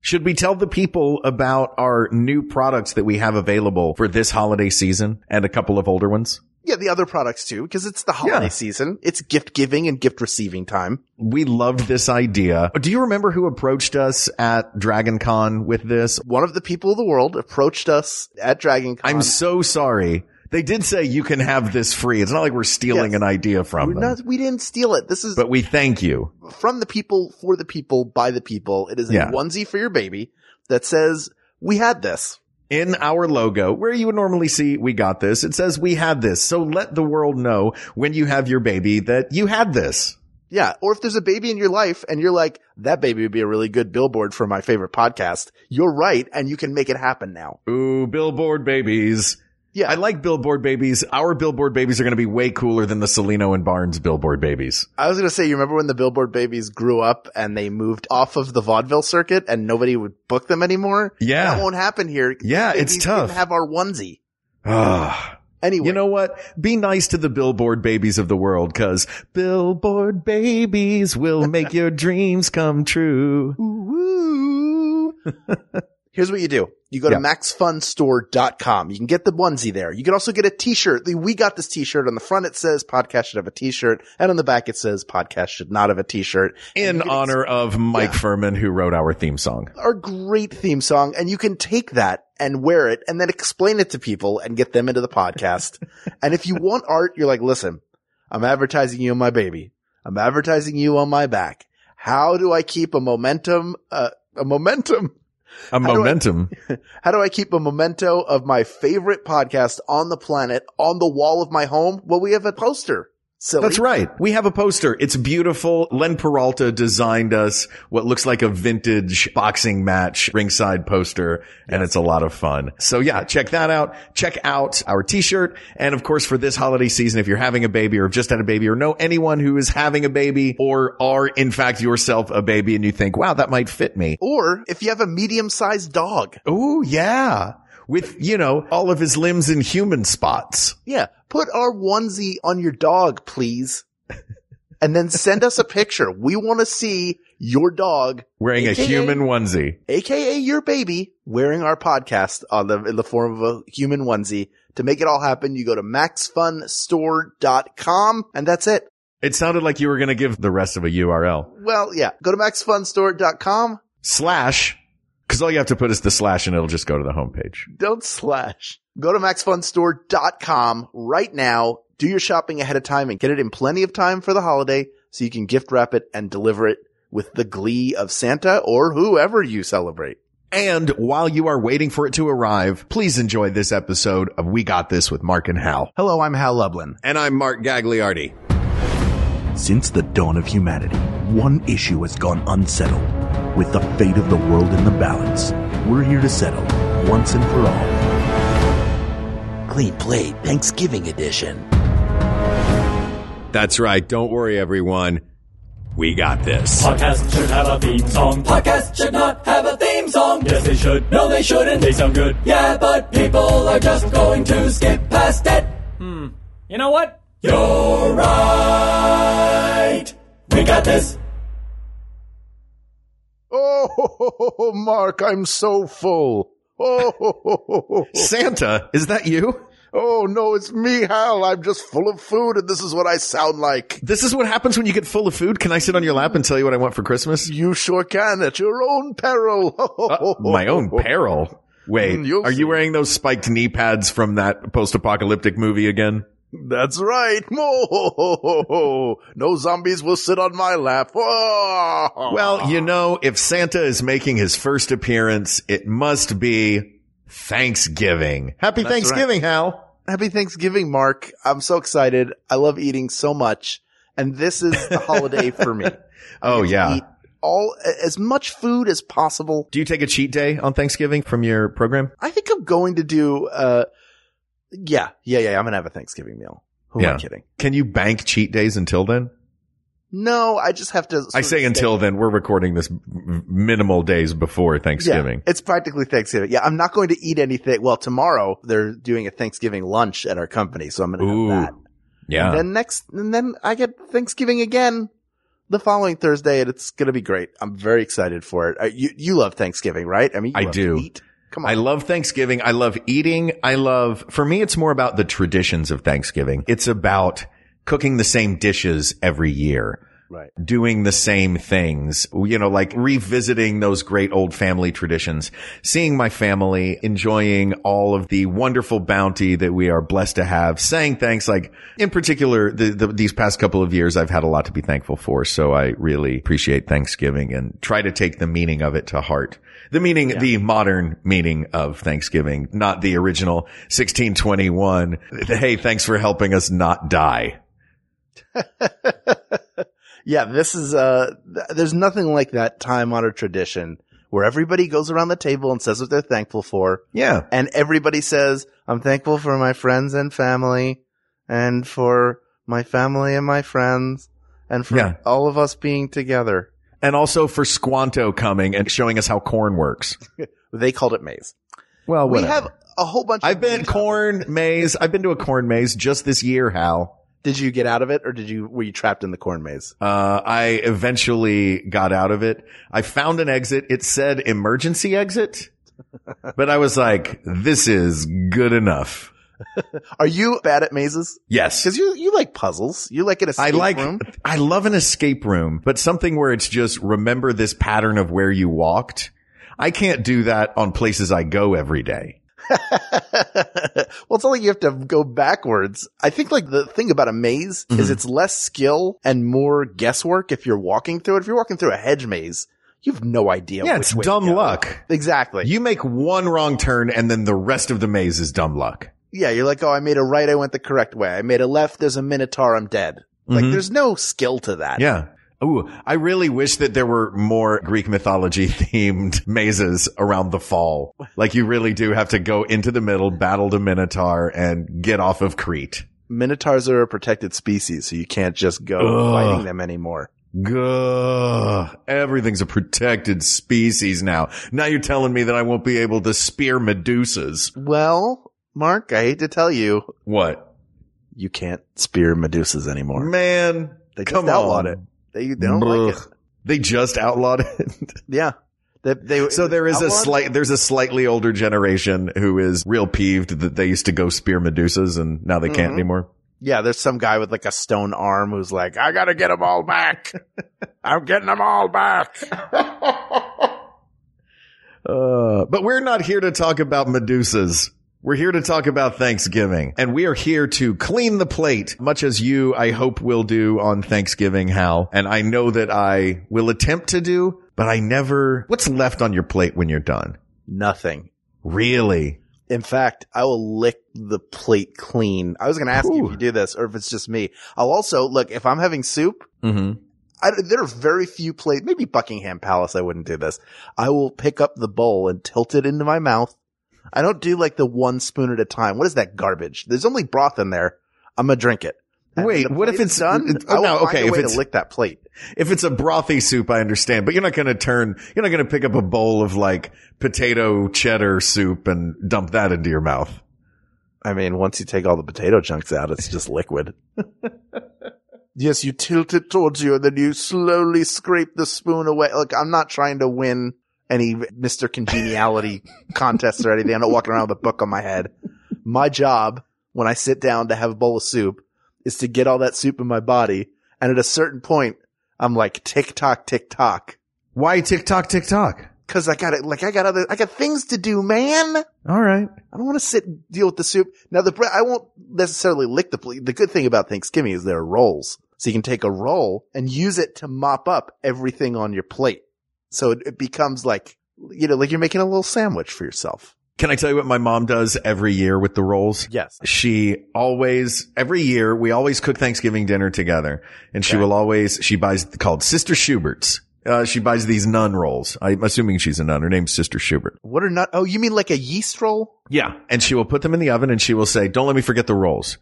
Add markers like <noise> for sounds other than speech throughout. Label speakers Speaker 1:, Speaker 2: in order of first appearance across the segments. Speaker 1: Should we tell the people about our new products that we have available for this holiday season and a couple of older ones?
Speaker 2: Yeah, the other products too, because it's the holiday
Speaker 1: Yeah.
Speaker 2: season. It's gift giving and gift receiving time.
Speaker 1: We loved this idea. Do you remember who approached us at Dragon Con with this?
Speaker 2: One of the people of the world approached us at Dragon Con.
Speaker 1: I'm so sorry. They did say you can have this free. It's not like we're stealing
Speaker 2: Yes.
Speaker 1: an idea from
Speaker 2: We're
Speaker 1: them,
Speaker 2: not- we didn't steal it. This is
Speaker 1: but we thank you.
Speaker 2: from the people, for the people, by the people. It is a
Speaker 1: Yeah.
Speaker 2: onesie for your baby that says, we had this.
Speaker 1: in our logo where you would normally see we got this. It says we had this. So let the world know when you have your baby that you had this.
Speaker 2: Yeah. Or if there's a baby in your life and you're like, that baby would be a really good billboard for my favorite podcast. You're right. And you can make it happen now.
Speaker 1: Ooh, billboard babies.
Speaker 2: Yeah.
Speaker 1: I like billboard babies. Our billboard babies are going to be way cooler than the Salino and Barnes billboard babies.
Speaker 2: I was going to say, you remember when the billboard babies grew up and they moved off of the vaudeville circuit and nobody would book them anymore?
Speaker 1: Yeah.
Speaker 2: That won't happen here.
Speaker 1: Yeah,
Speaker 2: Babies
Speaker 1: it's tough.
Speaker 2: didn't have our onesie.
Speaker 1: Ah,
Speaker 2: Anyway.
Speaker 1: you know what? Be nice to the billboard babies of the world because billboard babies will make
Speaker 2: <laughs>
Speaker 1: your dreams come true.
Speaker 2: Woo. Here's what you do. You go
Speaker 1: Yeah.
Speaker 2: to maxfunstore.com. You can get the onesie there. You can also get a t-shirt. The- We got this t-shirt. On the front it says podcast should have a t-shirt. And on the back it says podcast should not have a t-shirt.
Speaker 1: In honor of Mike Furman, who wrote our theme song.
Speaker 2: Our great theme song. And you can take that and wear it and then explain it to people and get them into
Speaker 1: <laughs>
Speaker 2: the podcast. and if you want art, you're like, listen, I'm advertising you on my baby. I'm advertising you on my back. How do I keep a momentum, uh, a momentum?
Speaker 1: A
Speaker 2: do I-
Speaker 1: momentum.
Speaker 2: How do I keep a memento of my favorite podcast on the planet on the wall of my home? Well, we have a poster. Silly.
Speaker 1: That's right. We have a poster. It's beautiful. Len Peralta designed us what looks like a vintage boxing match ringside poster, and it's a lot of fun. So yeah, check that out. Check out our t-shirt. And of course, for this holiday season, if you're having a baby or have just had a baby or know anyone who is having a baby or are in fact yourself a baby and you think, wow, that might fit me.
Speaker 2: Or if you have a medium sized dog,
Speaker 1: Oh yeah. With, you know, all of his limbs in human spots.
Speaker 2: yeah, put our onesie on your dog, please. And then send us a picture. We want to see your dog,
Speaker 1: Wearing a
Speaker 2: AKA.
Speaker 1: human onesie.
Speaker 2: aka your baby, wearing our podcast on the, in the form of a human onesie. To make it all happen, you go to maxfunstore.com and that's it.
Speaker 1: It sounded like you were going to give the rest of a URL.
Speaker 2: Well, yeah, go to maxfunstore.com.
Speaker 1: slash because all you have to put is the slash and it'll just go to the homepage.
Speaker 2: Don't slash. Go to maxfunstore.com right now. Do your shopping ahead of time and get it in plenty of time for the holiday so you can gift wrap it and deliver it with the glee of Santa or whoever you celebrate.
Speaker 1: And while you are waiting for it to arrive, please enjoy this episode of We Got This with Mark and Hal.
Speaker 2: Hello, I'm Hal Lublin.
Speaker 1: And I'm Mark Gagliardi.
Speaker 3: Since the dawn of humanity, one issue has gone unsettled. With the fate of the world in the balance, we're here to settle once and for all.
Speaker 4: Clean Plate Thanksgiving Edition.
Speaker 1: That's right. Don't worry, everyone. We got this.
Speaker 5: Podcast should have a theme song. Podcast should not have a theme song. Yes, they should. No, they shouldn't. They sound good. Yeah, but people are just going to skip past it. Hmm. You know what? You're right. We got this.
Speaker 2: Oh, <laughs> ho, ho, ho, ho, Mark, I'm so full. Oh, <laughs> ho, ho, ho, ho.
Speaker 1: Santa, is that you?
Speaker 2: oh no, it's me, Hal. I'm just full of food and this is what I sound like.
Speaker 1: This is what happens when you get full of food. Can I sit on your lap and tell you what I want for Christmas?
Speaker 2: You sure can at your own peril. <laughs> Ho, ho,
Speaker 1: Uh,
Speaker 2: ho, ho,
Speaker 1: my own
Speaker 2: ho, ho.
Speaker 1: peril. Wait,
Speaker 2: Mm, you'll
Speaker 1: are
Speaker 2: see.
Speaker 1: you wearing those spiked knee pads from that post-apocalyptic movie again?
Speaker 2: That's right. Mo ho, ho, ho, ho. No zombies will sit on my lap. Oh.
Speaker 1: Well, you know, if Santa is making his first appearance, it must be Thanksgiving. Happy Thanksgiving, Hal.
Speaker 2: happy Thanksgiving, Mark. I'm so excited. I love eating so much. And this is the holiday for <laughs> me.
Speaker 1: Oh, yeah.
Speaker 2: Eat all as much food as possible.
Speaker 1: Do you take a cheat day on Thanksgiving from your program?
Speaker 2: I think I'm going to do, uh, yeah, yeah, yeah. I'm going to have a Thanksgiving meal. Who am
Speaker 1: Yeah.
Speaker 2: I kidding?
Speaker 1: Can you bank cheat days until then?
Speaker 2: No, I just have to. sort
Speaker 1: I
Speaker 2: of
Speaker 1: say
Speaker 2: stay-
Speaker 1: until then, we're recording this m- minimal days before Thanksgiving.
Speaker 2: Yeah, it's practically Thanksgiving. Yeah, I'm not going to eat anything. Well, tomorrow they're doing a Thanksgiving lunch at our company, so I'm going to
Speaker 1: Ooh.
Speaker 2: have that.
Speaker 1: Yeah.
Speaker 2: Then next, and then I get Thanksgiving again. the following Thursday, and it's gonna be great. I'm very excited for it. Uh, you you love Thanksgiving, right? I mean, you
Speaker 1: I
Speaker 2: love
Speaker 1: do.
Speaker 2: to eat. Come on,
Speaker 1: I love Thanksgiving. I love eating. I love, for me, it's more about the traditions of Thanksgiving. It's about cooking the same dishes every year.
Speaker 2: Right.
Speaker 1: Doing the same things, you know, like revisiting those great old family traditions, seeing my family, enjoying all of the wonderful bounty that we are blessed to have, saying thanks. Like in particular, the, the, these past couple of years, I've had a lot to be thankful for. So I really appreciate Thanksgiving and try to take the meaning of it to heart. The meaning, the modern meaning of Thanksgiving, not the original 1621. Hey, thanks for helping us not die.
Speaker 2: yeah. This is uh, th- there's nothing like that time honored tradition where everybody goes around the table and says what they're thankful for.
Speaker 1: Yeah.
Speaker 2: and everybody says, I'm thankful for my friends and family and for my family and my friends and for
Speaker 1: Yeah.
Speaker 2: all of us being together.
Speaker 1: And also for Squanto coming and showing us how corn works.
Speaker 2: They called it maize.
Speaker 1: Well,
Speaker 2: We have a whole bunch
Speaker 1: I've
Speaker 2: of
Speaker 1: been corn maze. I've been to a corn maze just this year, Hal.
Speaker 2: Did you get out of it or did you were you trapped in the corn maze?
Speaker 1: Uh, I eventually got out of it. I found an exit. It said emergency exit, but I was like, this is good enough.
Speaker 2: Are you bad at mazes?
Speaker 1: Yes.
Speaker 2: Because you you like puzzles. You like an escape
Speaker 1: I like,
Speaker 2: room.
Speaker 1: I love an escape room, but something where it's just remember this pattern of where you walked. I can't do that on places I go every day.
Speaker 2: <laughs> well, it's not like you have to go backwards. I think like the thing about a maze
Speaker 1: Mm-hmm.
Speaker 2: is it's less skill and more guesswork if you're walking through it. If you're walking through a hedge maze, you have no idea.
Speaker 1: Yeah,
Speaker 2: which
Speaker 1: it's
Speaker 2: way to
Speaker 1: dumb
Speaker 2: go.
Speaker 1: luck.
Speaker 2: Exactly.
Speaker 1: You make one wrong turn and then the rest of the maze is dumb luck.
Speaker 2: yeah, you're like, oh, I made a right. I went the correct way. I made a left. There's a minotaur. I'm dead. Like there's no skill to that.
Speaker 1: Mm-hmm. Yeah. Ooh, I really wish that there were more Greek mythology <laughs> themed mazes around the fall. Like you really do have to go into the middle, battle the Minotaur and get off of Crete.
Speaker 2: Minotaurs are a protected species, so you can't just go
Speaker 1: Ugh.
Speaker 2: fighting them anymore.
Speaker 1: Gah, everything's a protected species now. Now you're telling me that I won't be able to spear Medusas.
Speaker 2: Well, Mark, I hate to tell you,
Speaker 1: What?
Speaker 2: you can't spear Medusas anymore.
Speaker 1: Man,
Speaker 2: Mm, They just
Speaker 1: come
Speaker 2: outlawed
Speaker 1: on.
Speaker 2: it. They, they don't like it.
Speaker 1: Ugh. They just outlawed it. <laughs>
Speaker 2: Yeah. That they,
Speaker 1: so there is a
Speaker 2: outlawed?
Speaker 1: slight, there's a slightly older generation who is real peeved that they used to go spear Medusas and now they can't
Speaker 2: Mhm.
Speaker 1: anymore.
Speaker 2: Yeah, there's some guy with like a stone arm who's like, I gotta get them all back. I'm getting them all back.
Speaker 1: Uh, but we're not here to talk about Medusas. We're here to talk about Thanksgiving and we are here to clean the plate, much as you, I hope will do on Thanksgiving, Hal. And I know that I will attempt to do, but I never, what's left on your plate when you're done?
Speaker 2: Nothing.
Speaker 1: Really?
Speaker 2: In fact, I will lick the plate clean. I was gonna ask you
Speaker 1: Ooh.
Speaker 2: if you do this or if it's just me. I'll also look if I'm having soup.
Speaker 1: Mm-hmm.
Speaker 2: I, there are very few plates. Maybe Buckingham Palace. I wouldn't do this. I will pick up the bowl and tilt it into my mouth. I don't do like the one spoon at a time. What is that garbage? There's only broth in there. I'm gonna drink it. And
Speaker 1: Wait,
Speaker 2: when the
Speaker 1: what if
Speaker 2: plate
Speaker 1: it's-
Speaker 2: is done?
Speaker 1: it-
Speaker 2: I will
Speaker 1: no,
Speaker 2: find
Speaker 1: okay,
Speaker 2: a
Speaker 1: if
Speaker 2: way to
Speaker 1: it's-
Speaker 2: lick that plate.
Speaker 1: If it's a brothy soup, I understand, but you're not going to turn, you're not going to pick up a bowl of like potato cheddar soup and dump that into your mouth.
Speaker 2: I mean, once you take all the potato chunks out, it's just liquid. <laughs> yes, you tilt it towards you and then you slowly scrape the spoon away. Look, I'm not trying to win any Mr. <laughs> Congeniality contests or anything. I'm not walking around with a book on my head. My job when I sit down to have a bowl of soup is to get all that soup in my body. And at a certain point, I'm like, tick tock, tick tock.
Speaker 1: Why TikTok, TikTok?
Speaker 2: Cause I got it, like I got other, I got things to do, man.
Speaker 1: All right.
Speaker 2: I don't want to sit and deal with the soup. Now the bread, I won't necessarily lick the plate. The good thing about Thanksgiving is there are rolls. So you can take a roll and use it to mop up everything on your plate. So it, it becomes like, you know, like you're making a little sandwich for yourself.
Speaker 1: Can I tell you what my mom does every year with the rolls?
Speaker 2: Yes.
Speaker 1: She always, every year, we always cook Thanksgiving dinner together and she will always, she buys called Sister Schubert's. Uh, she buys these nun rolls. I'm assuming she's a nun. Her name's Sister Schubert.
Speaker 2: What are not? Oh, you mean like a yeast roll?
Speaker 1: Yeah. And she will put them in the oven and she will say, don't let me forget the rolls.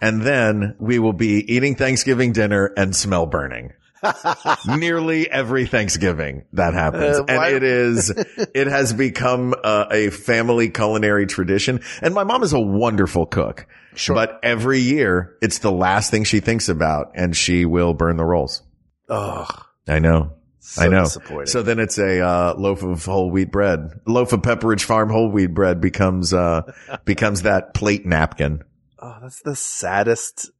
Speaker 1: And then we will be eating Thanksgiving dinner and smell
Speaker 2: <laughs>
Speaker 1: burning. Nearly every Thanksgiving that happens.
Speaker 2: Uh, why-
Speaker 1: and it
Speaker 2: <laughs>
Speaker 1: is, it has become uh, a family culinary tradition. And my mom is a wonderful cook. Sure. But every year it's the last thing she thinks about and she will burn the rolls.
Speaker 2: Ugh.
Speaker 1: I know.
Speaker 2: So
Speaker 1: I know.
Speaker 2: disappointing.
Speaker 1: So then it's a uh, loaf of whole wheat bread. Loaf of Pepperidge Farm whole wheat bread becomes uh,
Speaker 2: <laughs>
Speaker 1: becomes that plate napkin.
Speaker 2: Oh, that's the saddest.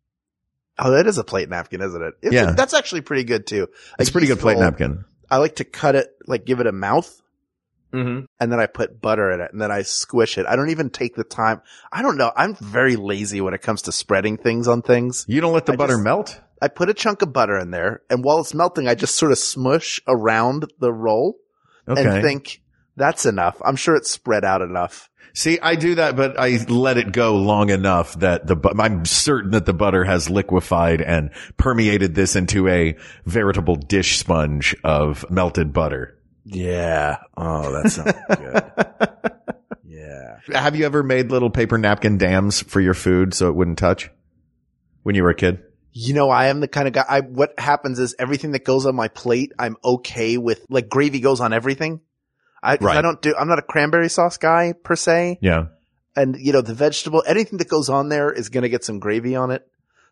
Speaker 2: Oh, that is a plate napkin, isn't it? It's
Speaker 1: Yeah.
Speaker 2: a- that's actually pretty good too.
Speaker 1: It's
Speaker 2: Like,
Speaker 1: a pretty good plate
Speaker 2: useful-
Speaker 1: napkin.
Speaker 2: I like to cut it, like give it a mouth
Speaker 1: Mm-hmm.
Speaker 2: and then I put butter in it and then I squish it. I don't even take the time. I don't know. I'm very lazy when it comes to spreading things on things.
Speaker 1: You don't let the
Speaker 2: I
Speaker 1: butter
Speaker 2: just-
Speaker 1: melt.
Speaker 2: I put a chunk of butter in there and while it's melting, I just sort of smush around the roll
Speaker 1: Okay.
Speaker 2: and think that's enough. I'm sure it's spread out enough.
Speaker 1: See, I do that, but I let it go long enough that the bu- I'm certain that the butter has liquefied and permeated this into a veritable dish sponge of melted butter.
Speaker 2: Yeah. Oh, that sounds good.
Speaker 3: <laughs>
Speaker 2: Yeah.
Speaker 1: Have you ever made little paper napkin dams for your food so it wouldn't touch when you were a kid?
Speaker 2: You know, I am the kind of guy. I what happens is everything that goes on my plate, I'm okay with. Like gravy goes on everything. I 'cause I
Speaker 1: Right.
Speaker 2: don't do. I'm not a cranberry sauce guy per se,
Speaker 1: Yeah.
Speaker 2: and you know the vegetable, anything that goes on there is going to get some gravy on it.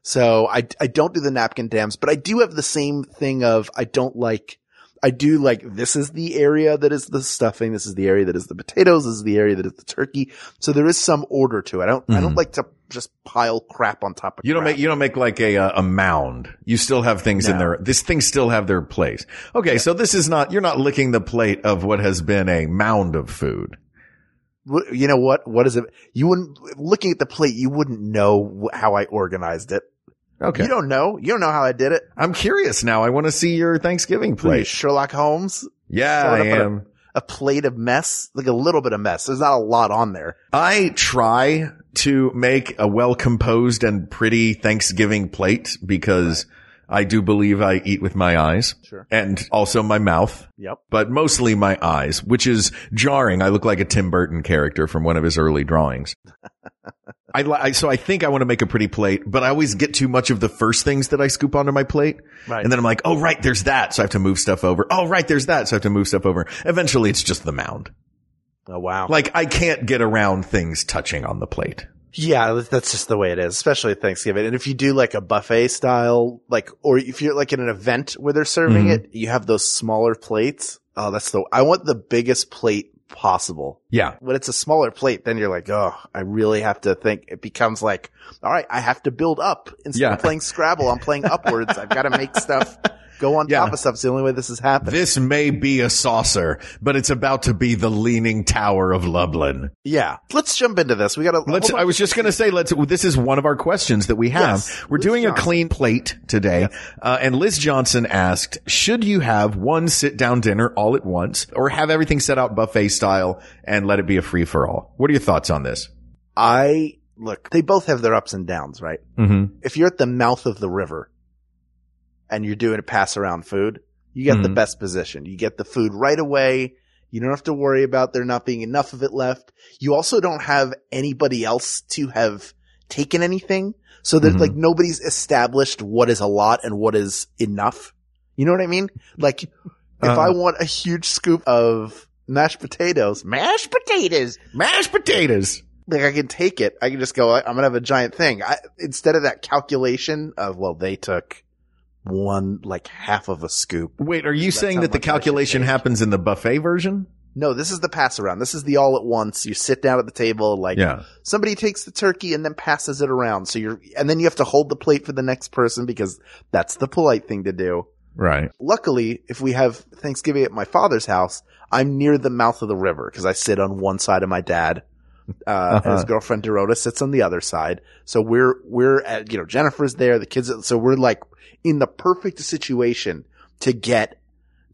Speaker 2: So I I don't do the napkin dams, but I do have the same thing of I don't like. I do like this is the area that is the stuffing. This is the area that is the potatoes. This is the area that is the turkey. So there is some order to it. I don't I don't like to just pile crap on top of
Speaker 1: Mm-hmm. You don't
Speaker 2: crap.
Speaker 1: make you don't make like a uh, a mound. You still have things in
Speaker 2: No.
Speaker 1: their these things still have their place. Okay, so this is not you're not licking the plate of what has been a mound of food.
Speaker 2: Wh- you know what? What is it? You wouldn't looking at the plate. You wouldn't know wh- how I organized it.
Speaker 1: Okay,
Speaker 2: You don't know. You don't know how I did it.
Speaker 1: I'm curious now. I want to see your Thanksgiving
Speaker 2: What are you,
Speaker 1: plate.
Speaker 2: Sherlock Holmes.
Speaker 1: Yeah,
Speaker 2: Showing
Speaker 1: I
Speaker 2: up in a-
Speaker 1: am.
Speaker 2: A plate of mess, like a little bit of mess. There's not a lot on there.
Speaker 1: I try to make a well composed and pretty Thanksgiving plate because I do believe I eat with my eyes
Speaker 2: Sure.
Speaker 1: and also my mouth.
Speaker 2: Yep.
Speaker 1: but mostly my eyes, which is jarring. I look like a Tim Burton character from one of his early drawings. I, li- I so I think I want to make a pretty plate, but I always get too much of the first things that I scoop onto my plate,
Speaker 2: Right.
Speaker 1: and then I'm like, oh right, there's that, so I have to move stuff over. Oh right, there's that, so I have to move stuff over. Eventually, it's just the mound.
Speaker 2: Oh wow.
Speaker 1: Like I can't get around things touching on the plate.
Speaker 2: yeah, th- that's just the way it is, especially at Thanksgiving. And if you do like a buffet style, like, or if you're like in an event where they're serving it, you have those smaller plates. Oh, that's the. I want the biggest plate possible.
Speaker 1: Yeah,
Speaker 2: when it's a smaller plate, then you're like, oh, I really have to think. It becomes like, all right, I have to build up instead
Speaker 1: Yeah.
Speaker 2: of playing Scrabble. I'm playing upwards. I've got to make <laughs> stuff go on
Speaker 1: Yeah.
Speaker 2: top of stuff. It's the only way this is happening.
Speaker 1: this may be a saucer, but it's about to be the leaning tower of Lublin.
Speaker 2: yeah, let's jump into this. We oh, got to.
Speaker 1: Let's. I was just going to say. Let's. This is one of our questions that we have.
Speaker 2: Yes,
Speaker 1: We're
Speaker 2: Liz
Speaker 1: doing a
Speaker 2: Johnson.
Speaker 1: clean plate today, uh, and Liz Johnson asked, "Should you have one sit-down dinner all at once, or have everything set out buffet style and let it be a free-for-all?" What are your thoughts on this?
Speaker 2: I look. They both have their ups and downs, right?
Speaker 1: Mm-hmm.
Speaker 2: If you're at the mouth of the river, and you're doing a pass around food, you get the
Speaker 1: Mhm.
Speaker 2: best position. You get the food right away. You don't have to worry about there not being enough of it left. You also don't have anybody else to have taken anything. So that
Speaker 1: Mhm.
Speaker 2: like nobody's established what is a lot and what is enough. You know what I mean? Like if
Speaker 1: Uh-huh.
Speaker 2: I want a huge scoop of mashed potatoes, mashed potatoes,
Speaker 1: Mashed potatoes.
Speaker 2: like I can take it. I can just go, I- I'm going to have a giant thing. I, instead of that calculation of, well, they took one, like half of a scoop.
Speaker 1: Wait, are you
Speaker 2: That's
Speaker 1: saying
Speaker 2: how
Speaker 1: that the
Speaker 2: much I should
Speaker 1: calculation
Speaker 2: take.
Speaker 1: happens in the buffet version?
Speaker 2: No, this is the pass around. This is the all at once. You sit down at the table, like
Speaker 1: Yeah.
Speaker 2: somebody takes the turkey and then passes it around. So you're, and then you have to hold the plate for the next person because that's the polite thing to do.
Speaker 1: Right.
Speaker 2: Luckily, if we have Thanksgiving at my father's house, I'm near the mouth of the river because I sit on one side of my dad. Uh, and his
Speaker 1: Uh-huh.
Speaker 2: girlfriend Dorota sits on the other side. So we're, we're at, you know, Jennifer's there, the kids, so we're like in the perfect situation to get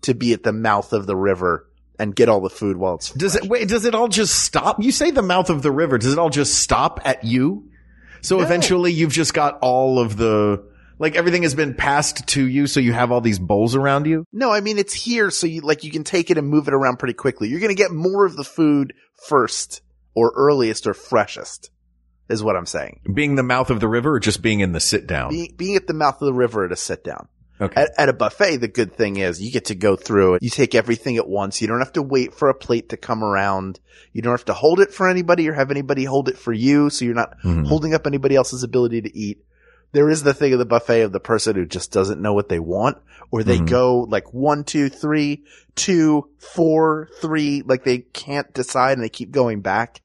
Speaker 2: to be at the mouth of the river and get all the food while it's
Speaker 1: Does it wait? Does it all just stop? You say the mouth of the river. Does it all just stop at you? So
Speaker 2: No.
Speaker 1: eventually, you've just got all of the like everything has been passed to you. So you have all these bowls around you.
Speaker 2: No, I mean it's here, so you like you can take it and move it around pretty quickly. You're gonna get more of the food first, or earliest, or freshest, is what I'm saying.
Speaker 1: Being the mouth of the river, or just being in the sit down.
Speaker 2: Being, being at the mouth of the river at a sit down.
Speaker 1: okay.
Speaker 2: At, at a buffet, the good thing is you get to go through it. You take everything at once. You don't have to wait for a plate to come around. You don't have to hold it for anybody or have anybody hold it for you. So you're not
Speaker 1: Mhm.
Speaker 2: holding up anybody else's ability to eat. there is the thing of the buffet of the person who just doesn't know what they want, or they
Speaker 1: Mhm.
Speaker 2: go like one, two, three, two, four, three, like they can't decide and they keep going back.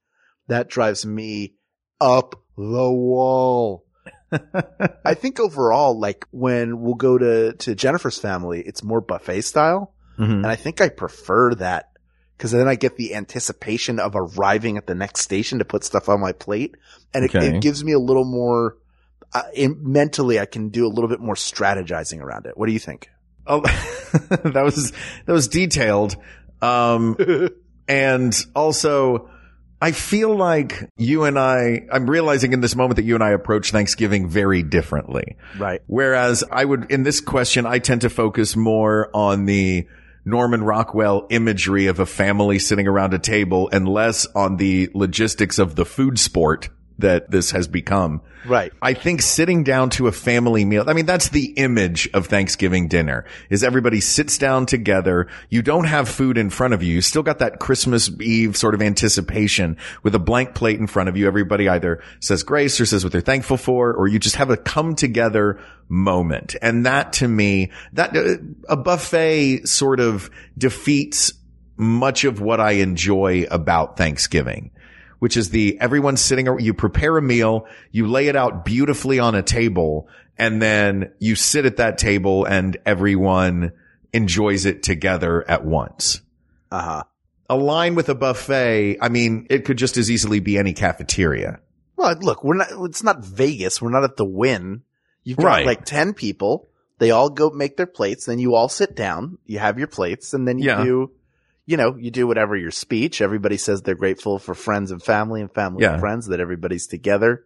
Speaker 2: That drives me up the wall. I think overall, like when we'll go to, to Jennifer's family, it's more buffet style.
Speaker 1: Mhm.
Speaker 2: And I think I prefer that because then I get the anticipation of arriving at the next station to put stuff on my plate. And it,
Speaker 1: Okay.
Speaker 2: it gives me a little more uh, in, mentally, I can do a little bit more strategizing around it. What do you think?
Speaker 1: Oh, <laughs> that was that was detailed. Um, and also, I feel like you and I. I'm realizing in this moment that you and I approach Thanksgiving very differently.
Speaker 2: Right.
Speaker 1: Whereas I would, in this question, I tend to focus more on the Norman Rockwell imagery of a family sitting around a table and less on the logistics of the food sport that this has become.
Speaker 2: Right.
Speaker 1: I think sitting down to a family meal, I mean, that's the image of Thanksgiving dinner is everybody sits down together. You don't have food in front of you. You still got that Christmas Eve sort of anticipation with a blank plate in front of you. Everybody either says grace or says what they're thankful for, or you just have a come together moment. And that to me, that uh, a buffet sort of defeats much of what I enjoy about Thanksgiving which is the everyone's sitting ar- you prepare a meal, you lay it out beautifully on a table, and then you sit at that table and everyone enjoys it together at once.
Speaker 2: Uh huh.
Speaker 1: A line with a buffet, I mean, it could just as easily be any cafeteria.
Speaker 2: Well, look, we're not, it's not Vegas. We're not at the win. You've got
Speaker 1: Right.
Speaker 2: like 10 people. They all go make their plates. Then you all sit down. You have your plates and then you
Speaker 1: Yeah.
Speaker 2: do, you know, you do whatever your speech. Everybody says they're grateful for friends and family and family
Speaker 1: Yeah.
Speaker 2: and friends that everybody's together.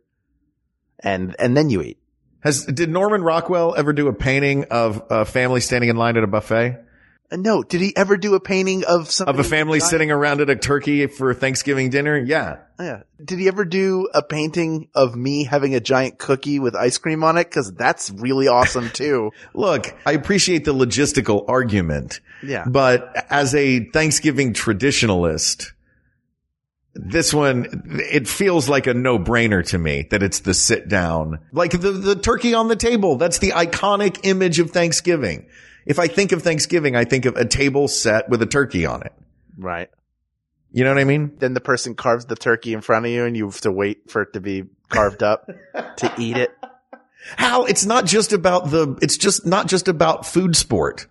Speaker 2: And, and then you eat.
Speaker 1: Has did Norman Rockwell ever do a painting of a family standing in line at a buffet?
Speaker 2: And Uh, no, did he ever do a painting of something?
Speaker 1: Of a family sitting around at a turkey for Thanksgiving dinner? Yeah.
Speaker 2: Yeah. Did he ever do a painting of me having a giant cookie with ice cream on it? Cause that's really awesome too.
Speaker 1: Look, I appreciate the logistical argument.
Speaker 2: Yeah.
Speaker 1: <laughs> But as a Thanksgiving traditionalist, this one, it feels like a no brainer to me that it's the sit down, like the, the turkey on the table. That's the iconic image of Thanksgiving. If I think of Thanksgiving, I think of a table set with a turkey on it.
Speaker 2: Right.
Speaker 1: You know what I mean?
Speaker 2: then the person carves the turkey in front of you and you have to wait for it to be carved up
Speaker 1: <laughs>
Speaker 2: to eat it.
Speaker 1: Hal, it's not just about the, it's just not just about food sport.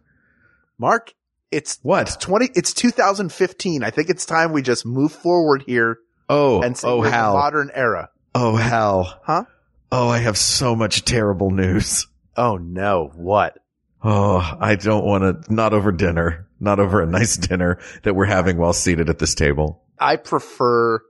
Speaker 2: Mark, it's
Speaker 1: What?
Speaker 2: 20 it's 2015. I think it's time we just move forward here
Speaker 1: Oh,
Speaker 2: and say
Speaker 1: oh,
Speaker 2: we're in the
Speaker 1: Hal.
Speaker 2: modern era.
Speaker 1: Oh, Hal.
Speaker 2: Huh?
Speaker 1: Oh, I have so much terrible news.
Speaker 2: Oh no, what?
Speaker 1: Oh, I don't want to, not over dinner, not over a nice dinner that we're having while seated at this table.
Speaker 2: I prefer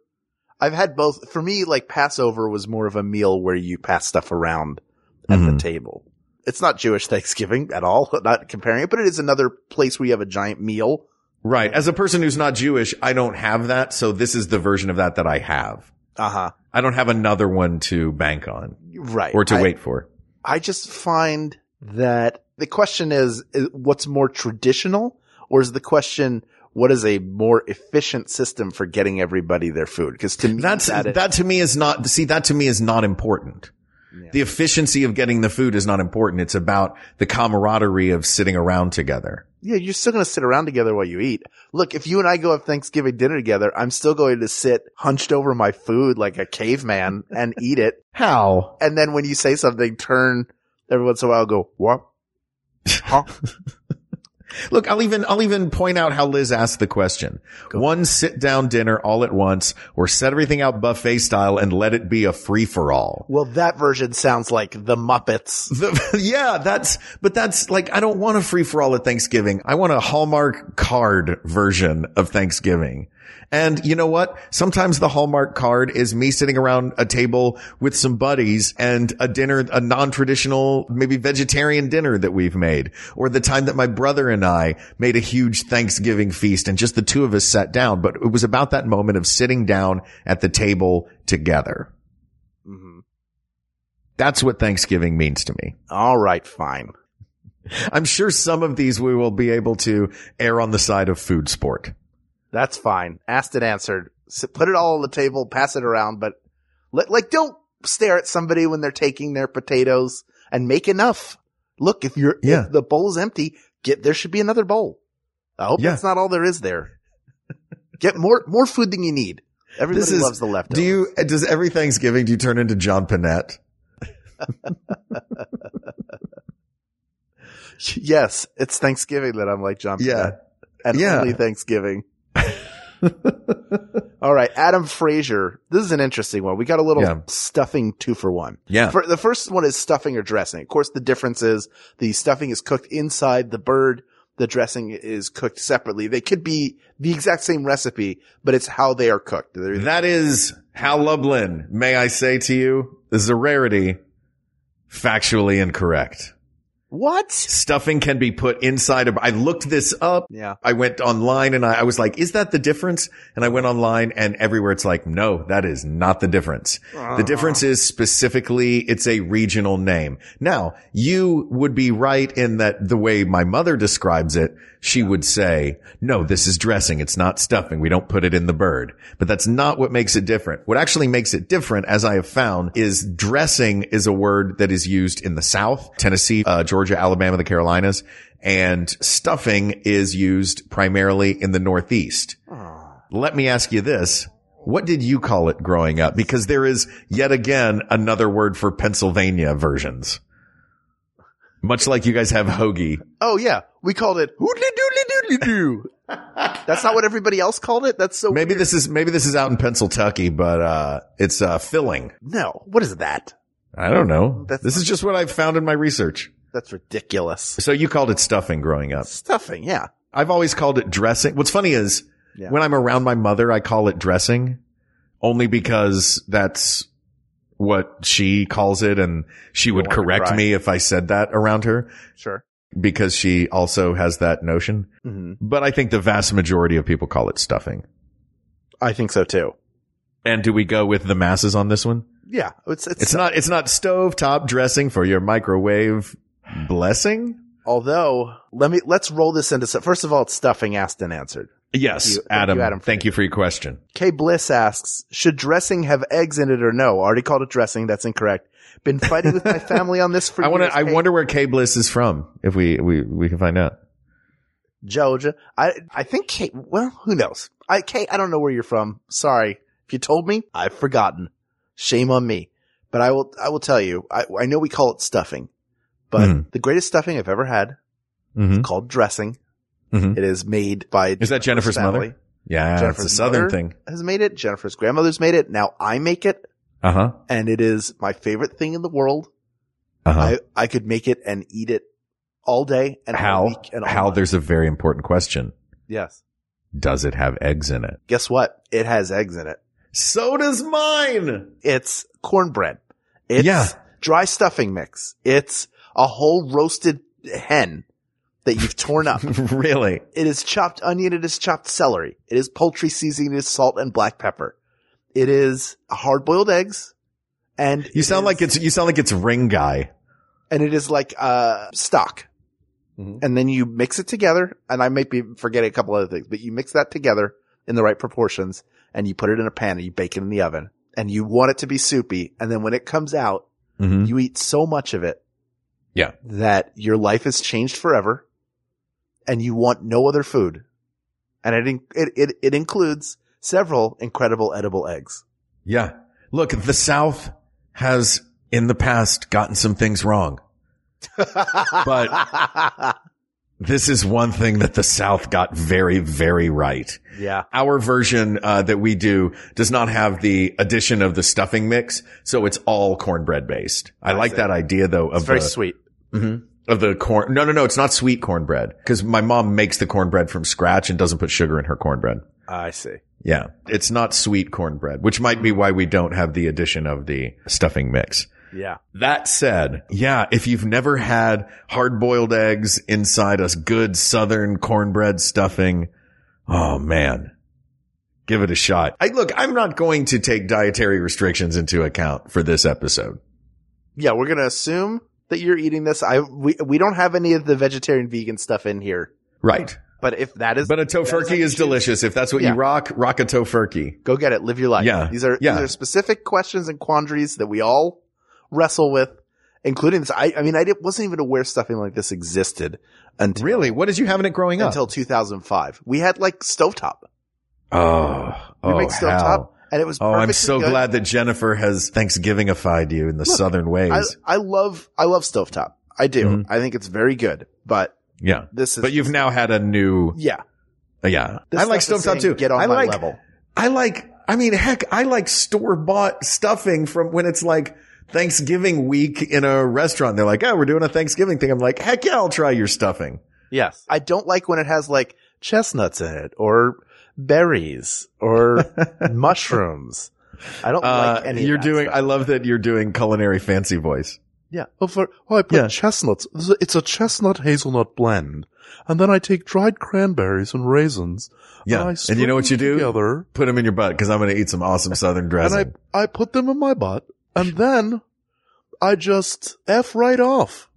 Speaker 2: I've had both for me like Passover was more of a meal where you pass stuff around at the
Speaker 1: Mhm.
Speaker 2: table. It's not Jewish Thanksgiving at all, <laughs> not comparing it, but it is another place where you have a giant meal.
Speaker 1: Right. As a person who's not Jewish, I don't have that. So this is the version of that that I have.
Speaker 2: Uh-huh.
Speaker 1: I don't have another one to bank on
Speaker 2: Right.
Speaker 1: or to
Speaker 2: I-
Speaker 1: wait for.
Speaker 2: I just find that the question is, is what's more traditional or is the question what is a more efficient system for getting everybody their food? Cause to me,
Speaker 1: That's,
Speaker 2: that is-
Speaker 1: that to me is not, see, that to me is not important. The efficiency of getting the food is not important. It's about the camaraderie of sitting around together.
Speaker 2: yeah, you're still going to sit around together while you eat. Look, if you and I go have Thanksgiving dinner together, I'm still going to sit hunched over my food like a caveman and eat it. <laughs>
Speaker 1: How?
Speaker 2: And then when you say something, turn every once in a while, go, what? Huh?
Speaker 1: Look, I'll even I'll even point out how Liz asked the question. One sit down dinner all at once, or set everything out buffet style and let it be a free for all.
Speaker 2: well, that version sounds like the <laughs> Muppets.
Speaker 1: <laughs> yeah, that's but that's like I don't want a free for all at Thanksgiving. I want a Hallmark card version of Thanksgiving. And you know what? Sometimes the Hallmark card is me sitting around a table with some buddies and a dinner, a non-traditional, maybe vegetarian dinner that we've made, or the time that my brother and I made a huge Thanksgiving feast and just the two of us sat down. But it was about that moment of sitting down at the table together.
Speaker 2: Mm-hmm.
Speaker 1: That's what Thanksgiving means to me.
Speaker 2: All right, fine.
Speaker 1: I'm sure some of these we will be able to err on the side of food sport.
Speaker 2: That's fine. Asked and answered. S- Put it all on the table, pass it around, but let, like don't stare at somebody when they're taking their potatoes and make enough. Look, if you're,
Speaker 1: Yeah.
Speaker 2: if the bowl's empty, get, there should be another bowl. I hope
Speaker 1: Yeah.
Speaker 2: that's not all there is there. get more, more food than you need. Everybody
Speaker 1: is-
Speaker 2: loves the leftovers.
Speaker 1: Do you, does every Thanksgiving, do you turn into John Panette?
Speaker 2: Yes, it's Thanksgiving that I'm like John.
Speaker 1: Yeah.
Speaker 2: Panetta. and
Speaker 1: Yeah.
Speaker 2: only Thanksgiving. All right, Adam Frazier. This is an interesting one. We got a little
Speaker 1: Yeah.
Speaker 2: stuffing two for one.
Speaker 1: Yeah.
Speaker 2: For, the first one is stuffing or dressing. Of course, the difference is the stuffing is cooked inside the bird. The dressing is cooked separately. They could be the exact same recipe, but it's how they are cooked. They're-
Speaker 1: That is Hal Lublin, may I say to you, is a rarity, factually incorrect.
Speaker 2: <laughs> what?
Speaker 1: Stuffing can be put inside of, I looked this up.
Speaker 2: Yeah.
Speaker 1: I went online and I, I was like, is that the difference? And I went online and everywhere it's like, no, that is not the difference. The difference is specifically it's a regional name. Now you would be right in that the way my mother describes it, she would say, no, this is dressing. It's not stuffing. We don't put it in the bird, but that's not what makes it different. What actually makes it different, as I have found, is dressing is a word that is used in the South, Tennessee, uh, Georgia, Alabama, the Carolinas, and stuffing is used primarily in the Northeast. Let me ask you this. What did you call it growing up? Because there is yet again another word for Pennsylvania versions. Much like you guys have hoagie.
Speaker 2: Oh yeah, we called it hoodly doodly doodly doo. <laughs> That's not what everybody else called it. That's so
Speaker 1: Maybe this is, maybe this is out in Pennsylvania, but, uh, it's, uh, filling.
Speaker 2: no. What is that?
Speaker 1: I don't know.
Speaker 2: That's-
Speaker 1: this is just what I found in my research.
Speaker 2: That's ridiculous.
Speaker 1: So you called it stuffing growing up.
Speaker 2: Stuffing, yeah.
Speaker 1: I've always called it dressing. What's funny is
Speaker 2: Yeah.
Speaker 1: when I'm around my mother, I call it dressing only because that's what she calls it. And she would
Speaker 2: want her to
Speaker 1: correct
Speaker 2: cry.
Speaker 1: me if I said that around her
Speaker 2: Sure.
Speaker 1: because she also has that notion.
Speaker 2: hmm
Speaker 1: But I think the vast majority of people call it stuffing.
Speaker 2: I think so too.
Speaker 1: And do we go with the masses on this one?
Speaker 2: Yeah. It's, it's,
Speaker 1: It's not, it's not stovetop dressing for your microwave blessing.
Speaker 2: although let me, let's roll this into, so first of all, it's stuffing asked and answered.
Speaker 1: Yes,
Speaker 2: you,
Speaker 1: Adam.
Speaker 2: Adam, for
Speaker 1: thank you for your question.
Speaker 2: Kay Bliss asks, should dressing have eggs in it or no? Already called it dressing. That's incorrect. Been fighting with
Speaker 1: <laughs>
Speaker 2: my family on this for
Speaker 1: I want
Speaker 2: years,
Speaker 1: to. I
Speaker 2: Kay.
Speaker 1: wonder where K Bliss is from. If we we we can find out.
Speaker 2: Georgia. I, I think Kay, well, who knows? I, Kay, I don't know where you're from. Sorry. If you told me, I've forgotten. Shame on me. But I will, I will tell you, I, I know we call it stuffing, but
Speaker 1: Mhm.
Speaker 2: the greatest stuffing I've ever had
Speaker 1: Mhm.
Speaker 2: called dressing.
Speaker 1: Mhm.
Speaker 2: It is made by
Speaker 1: Is that Jennifer's
Speaker 2: family.
Speaker 1: mother? Yeah,
Speaker 2: Jennifer's
Speaker 1: it's a southern
Speaker 2: mother
Speaker 1: thing.
Speaker 2: Has made it. Jennifer's grandmother's made it. Now I make it,
Speaker 1: Uh huh.
Speaker 2: and it is my favorite thing in the world.
Speaker 1: Uh huh.
Speaker 2: I I could make it and eat it all day and all
Speaker 1: How?
Speaker 2: week and all
Speaker 1: How?
Speaker 2: month.
Speaker 1: There's a very important question.
Speaker 2: yes.
Speaker 1: Does it have eggs in it?
Speaker 2: Guess what? It has eggs in it.
Speaker 1: So does mine.
Speaker 2: It's cornbread. It's
Speaker 1: Yeah.
Speaker 2: dry stuffing mix. It's a whole roasted hen that you've
Speaker 1: <laughs>
Speaker 2: torn up.
Speaker 1: <laughs> really?
Speaker 2: It is chopped onion. It is chopped celery. It is poultry seasoning. It is salt and black pepper. It is hard boiled eggs. And
Speaker 1: You
Speaker 2: it
Speaker 1: sound
Speaker 2: is-
Speaker 1: like it's. You sound like it's ring guy.
Speaker 2: and it is like uh stock. And then you mix it together, and I might be forgetting a couple other things, but you mix that together in the right proportions, and you put it in a pan and you bake it in the oven, and you want it to be soupy, and then when it comes out,
Speaker 1: Mm-hmm.
Speaker 2: you eat so much of it,
Speaker 1: Yeah.
Speaker 2: that your life is changed forever, and you want no other food, and it in- it it, it includes several incredible edible eggs. <laughs>
Speaker 1: Yeah. Look, the South has in the past gotten some things wrong.
Speaker 2: but
Speaker 1: This is one thing that the South got very, very right.
Speaker 2: yeah,
Speaker 1: our version uh, that we do does not have the addition of the stuffing mix, so it's all cornbread based. I, like
Speaker 2: see.
Speaker 1: that idea though of
Speaker 2: it's very
Speaker 1: the,
Speaker 2: sweet.
Speaker 1: Mhm. of the corn. No, no, no, it's not sweet cornbread because my mom makes the cornbread from scratch and doesn't put sugar in her cornbread.
Speaker 2: I see.
Speaker 1: Yeah, it's not sweet cornbread, which might be why we don't have the addition of the stuffing mix.
Speaker 2: Yeah.
Speaker 1: That said, yeah, if you've never had hard boiled eggs inside a good southern cornbread stuffing, oh man, give it a shot. I look, I'm not going to take dietary restrictions into account for this episode.
Speaker 2: Yeah, we're gonna assume that you're eating this. I we we don't have any of the vegetarian vegan stuff in here.
Speaker 1: Right.
Speaker 2: But if that is,
Speaker 1: But a tofurkey is delicious. If that's what you
Speaker 2: Yeah.
Speaker 1: rock, rock a tofurkey.
Speaker 2: go get it. Live your life.
Speaker 1: Yeah.
Speaker 2: These are,
Speaker 1: Yeah.
Speaker 2: these are specific questions and quandaries that we all wrestle with, including this. I, I mean, I did, wasn't even aware stuffing like this existed until,
Speaker 1: Really? What did you have in it growing up?
Speaker 2: until 2005. We had like stovetop.
Speaker 1: oh,
Speaker 2: We
Speaker 1: oh,
Speaker 2: make stovetop
Speaker 1: how?
Speaker 2: and it was
Speaker 1: Oh, I'm
Speaker 2: perfectly
Speaker 1: so
Speaker 2: good.
Speaker 1: glad that Jennifer has Thanksgivingified you in the southern ways.
Speaker 2: I, I love, I love stovetop. I do.
Speaker 1: Mhm.
Speaker 2: I think it's very good, but
Speaker 1: yeah.
Speaker 2: this is,
Speaker 1: But you've now had a new,
Speaker 2: yeah.
Speaker 1: yeah.
Speaker 2: This
Speaker 1: I like
Speaker 2: stuff is
Speaker 1: stovetop too.
Speaker 2: saying, Get on
Speaker 1: I
Speaker 2: my
Speaker 1: like,
Speaker 2: level.
Speaker 1: I like, I mean, heck, I like store bought stuffing from when it's like Thanksgiving week in a restaurant. They're like, oh, we're doing a Thanksgiving thing. I'm like, heck yeah, I'll try your stuffing.
Speaker 2: Yes. I don't like when it has like chestnuts in
Speaker 3: <laughs>
Speaker 2: it or berries
Speaker 1: <laughs>
Speaker 2: or mushrooms. I don't
Speaker 1: Uh,
Speaker 2: like any. of
Speaker 1: you're
Speaker 2: that
Speaker 1: doing,
Speaker 2: stuff.
Speaker 1: I love that you're doing culinary fancy voice.
Speaker 2: yeah. Oh, for, oh, I put
Speaker 1: Yeah.
Speaker 2: chestnuts. It's a- It's a chestnut hazelnut blend, and then I take dried cranberries and raisins.
Speaker 1: Yeah.
Speaker 2: I
Speaker 1: And, you know what you
Speaker 2: string
Speaker 1: do?
Speaker 2: them Together,
Speaker 1: Put them in your butt because I'm going to eat some awesome southern dressing.
Speaker 2: and I I put them in my butt, <laughs> and then I just f right off.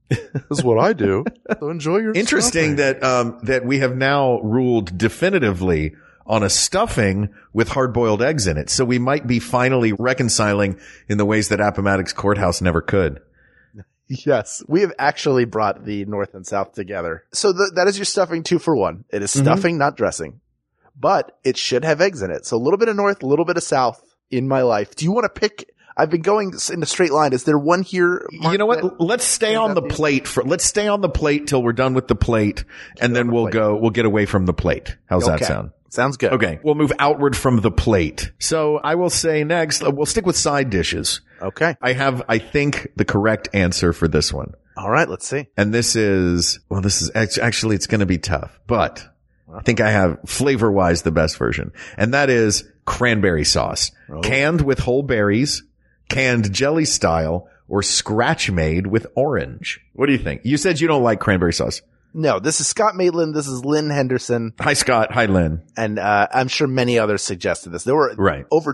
Speaker 2: is what I do. So enjoy your
Speaker 1: Interesting
Speaker 2: stuffing.
Speaker 1: that um, that we have now ruled definitively on a stuffing with hard-boiled eggs in it. So we might be finally reconciling in the ways that Appomattox Courthouse never could.
Speaker 2: Yes, we have actually brought the North and South together. So th- that is your stuffing two for one. It is
Speaker 1: Mm-hmm.
Speaker 2: stuffing, not dressing, but it should have eggs in it. So a little bit of North, a little bit of South in my life. Do you want to pick? I've been going s- in a straight line. Is there one here? Mark,
Speaker 1: you know
Speaker 2: that-
Speaker 1: what? Let's stay
Speaker 2: that
Speaker 1: on the
Speaker 2: be-
Speaker 1: plate for. Let's stay on the plate till we're done with the plate, and then we'll go. We'll get away from the plate. How's
Speaker 2: Okay.
Speaker 1: that sound?
Speaker 2: Sounds good.
Speaker 1: Okay, we'll move outward from the plate. So I will say next. uh, We'll stick with side dishes.
Speaker 2: Okay.
Speaker 1: I have, I think, the correct answer for this one.
Speaker 2: All right. Let's see.
Speaker 1: And this is, well, this is act- actually, it's going to be tough, but I think I have flavor wise the best version. And that is cranberry sauce, canned with whole berries, canned jelly style, or scratch made with orange. What do you think? You said you don't like cranberry sauce.
Speaker 2: No, this is Scott Maitland. This is Lynn Henderson,
Speaker 1: Hi, Scott. Hi, Lynn.
Speaker 2: and uh, I'm sure many others suggested this. There were
Speaker 1: Right.
Speaker 2: over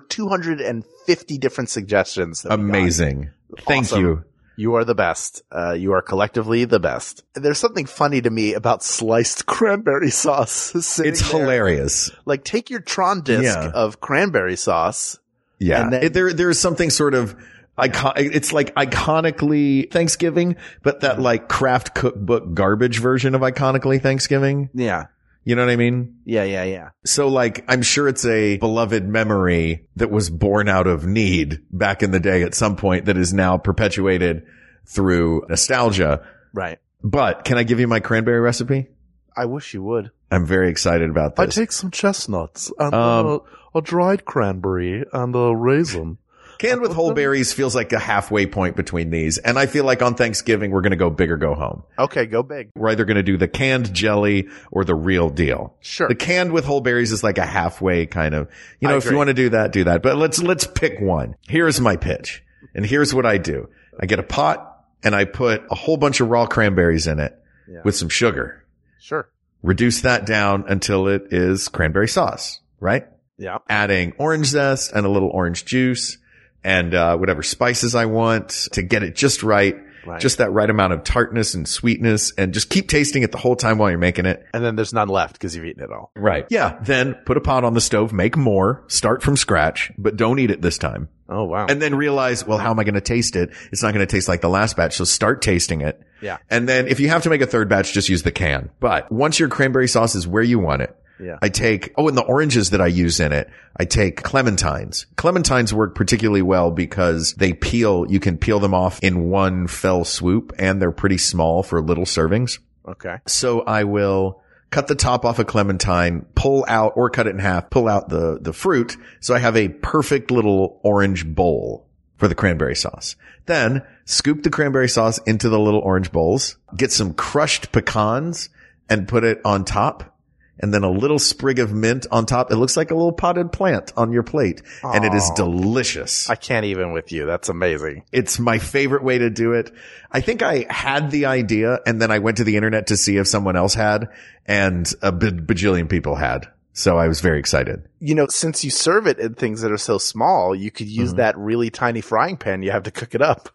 Speaker 2: 250 different suggestions. that we got.
Speaker 1: Amazing. Thank
Speaker 2: Awesome.
Speaker 1: you.
Speaker 2: You are the best. Uh, you are collectively the best. There's something funny to me about sliced <laughs> cranberry sauce. <laughs> sitting
Speaker 1: It's
Speaker 2: there.
Speaker 1: hilarious.
Speaker 2: Like take your Tron disc
Speaker 1: Yeah.
Speaker 2: of cranberry sauce.
Speaker 1: Yeah.
Speaker 2: And then-
Speaker 1: It- there, there's something sort of icon, it's like iconically Thanksgiving, but
Speaker 2: Mm-hmm.
Speaker 1: that like craft cookbook garbage version of iconically Thanksgiving.
Speaker 2: Yeah.
Speaker 1: You know what I mean?
Speaker 2: Yeah. Yeah. Yeah.
Speaker 1: So like, I'm sure it's a beloved memory that was born out of need back in the day at some point that is now perpetuated through nostalgia.
Speaker 2: Right.
Speaker 1: But can I give you my cranberry recipe?
Speaker 2: I wish you would.
Speaker 1: I'm very excited about this.
Speaker 2: some chestnuts and
Speaker 1: Um,
Speaker 2: a, a dried cranberry and a raisin.
Speaker 1: Canned with whole berries feels like a halfway point between these. And I feel like on Thanksgiving, we're going to go big or go home.
Speaker 2: Okay, go big.
Speaker 1: we're either going to do the canned jelly or the real deal.
Speaker 2: Sure.
Speaker 1: The canned with whole berries is like a halfway kind of, you know, if you
Speaker 2: agree.
Speaker 1: want to do that, do that. But let's, let's pick one. Here's my pitch. And here's what I do. I get a pot and I put a whole bunch of raw cranberries in it
Speaker 2: Yeah.
Speaker 1: with some sugar.
Speaker 2: Sure.
Speaker 1: Reduce that down until it is cranberry sauce, right?
Speaker 2: Yeah.
Speaker 1: adding orange zest and a little orange juice and uh, whatever spices I want to get it just right.
Speaker 2: Right.
Speaker 1: Just that right amount of tartness and sweetness and just keep tasting it the whole time while you're making it.
Speaker 2: And then there's none left because you've eaten it all.
Speaker 1: Right. Yeah. Then put a pot on the stove, make more, start from scratch, but don't eat it this time.
Speaker 2: Oh wow.
Speaker 1: And then realize, well, how am I going to taste it? It's not going to taste like the last batch. So start tasting it.
Speaker 2: Yeah.
Speaker 1: And then if you have to make a third batch, just use the can. But once your cranberry sauce is where you want it,
Speaker 2: Yeah.
Speaker 1: I take, oh, and the oranges that I use in it, I take clementines. Clementines work particularly well because they peel, you can peel them off in one fell swoop and they're pretty small for little servings.
Speaker 2: okay.
Speaker 1: So I will cut the top off a clementine, pull out or cut it in half, pull out the, the fruit. So I have a perfect little orange bowl for the cranberry sauce. Then scoop the cranberry sauce into the little orange bowls, get some crushed pecans and put it on top. And then a little sprig of mint on top. It looks like a little potted plant on your plate. And it is
Speaker 2: Aw.
Speaker 1: delicious.
Speaker 2: I can't even with you. That's amazing.
Speaker 1: It's my favorite way to do it. I think I had the idea and then I went to the internet to see if someone else had and a b- bajillion people had. So I was very excited.
Speaker 2: you know, since you serve it in things that are so small, you could use that really tiny frying pan you have to cook it up.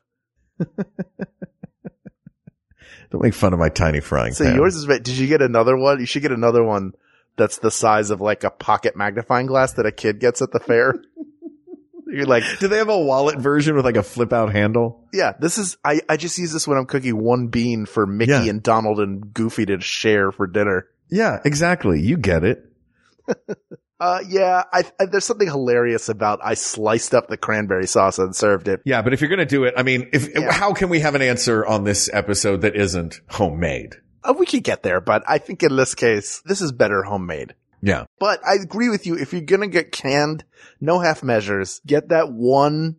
Speaker 1: Don't make fun of my tiny frying
Speaker 2: So
Speaker 1: pan.
Speaker 2: yours is, ba- did you get another one? You should get another one that's the size of like a pocket magnifying glass that a kid gets at the fair. You're like,
Speaker 1: Do they have a wallet version with like a flip out handle?
Speaker 2: yeah, this is, I, I just use this when I'm cooking one bean for Mickey
Speaker 1: Yeah.
Speaker 2: and Donald and Goofy to share for dinner.
Speaker 1: Yeah, exactly. You get it.
Speaker 2: Uh, yeah, I, I, there's something hilarious about I sliced up the cranberry sauce and served it.
Speaker 1: Yeah, but if you're going to do it, I mean, if
Speaker 2: Yeah.
Speaker 1: how can we have an answer on this episode that isn't homemade?
Speaker 2: Uh, we could get there, but I think in this case, this is better homemade.
Speaker 1: Yeah.
Speaker 2: But I agree with you. If you're going to get canned, no half measures. Get that one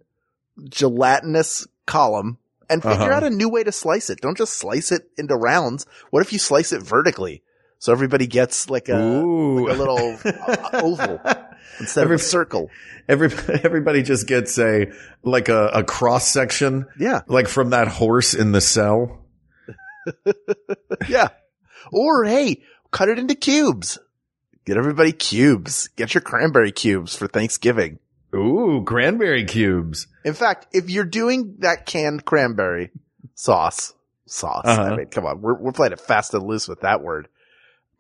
Speaker 2: gelatinous column and figure
Speaker 1: Uh-huh.
Speaker 2: out a new way to slice it. Don't just slice it into rounds. What if you slice it vertically? So everybody gets like a,
Speaker 1: Ooh.
Speaker 2: like
Speaker 1: <laughs>
Speaker 2: a little uh, oval instead
Speaker 1: Every-
Speaker 2: of a circle.
Speaker 1: Every, everybody just gets a like a, a cross section,
Speaker 2: Yeah.
Speaker 1: like from that horse in the cell.
Speaker 2: Yeah. Or hey, cut it into cubes. Get everybody cubes. Get your cranberry cubes for Thanksgiving.
Speaker 1: Ooh, cranberry cubes.
Speaker 2: In fact, if you're doing that canned cranberry sauce, sauce,
Speaker 1: Uh-huh.
Speaker 2: I mean, come on, we're, we're playing it fast and loose with that word.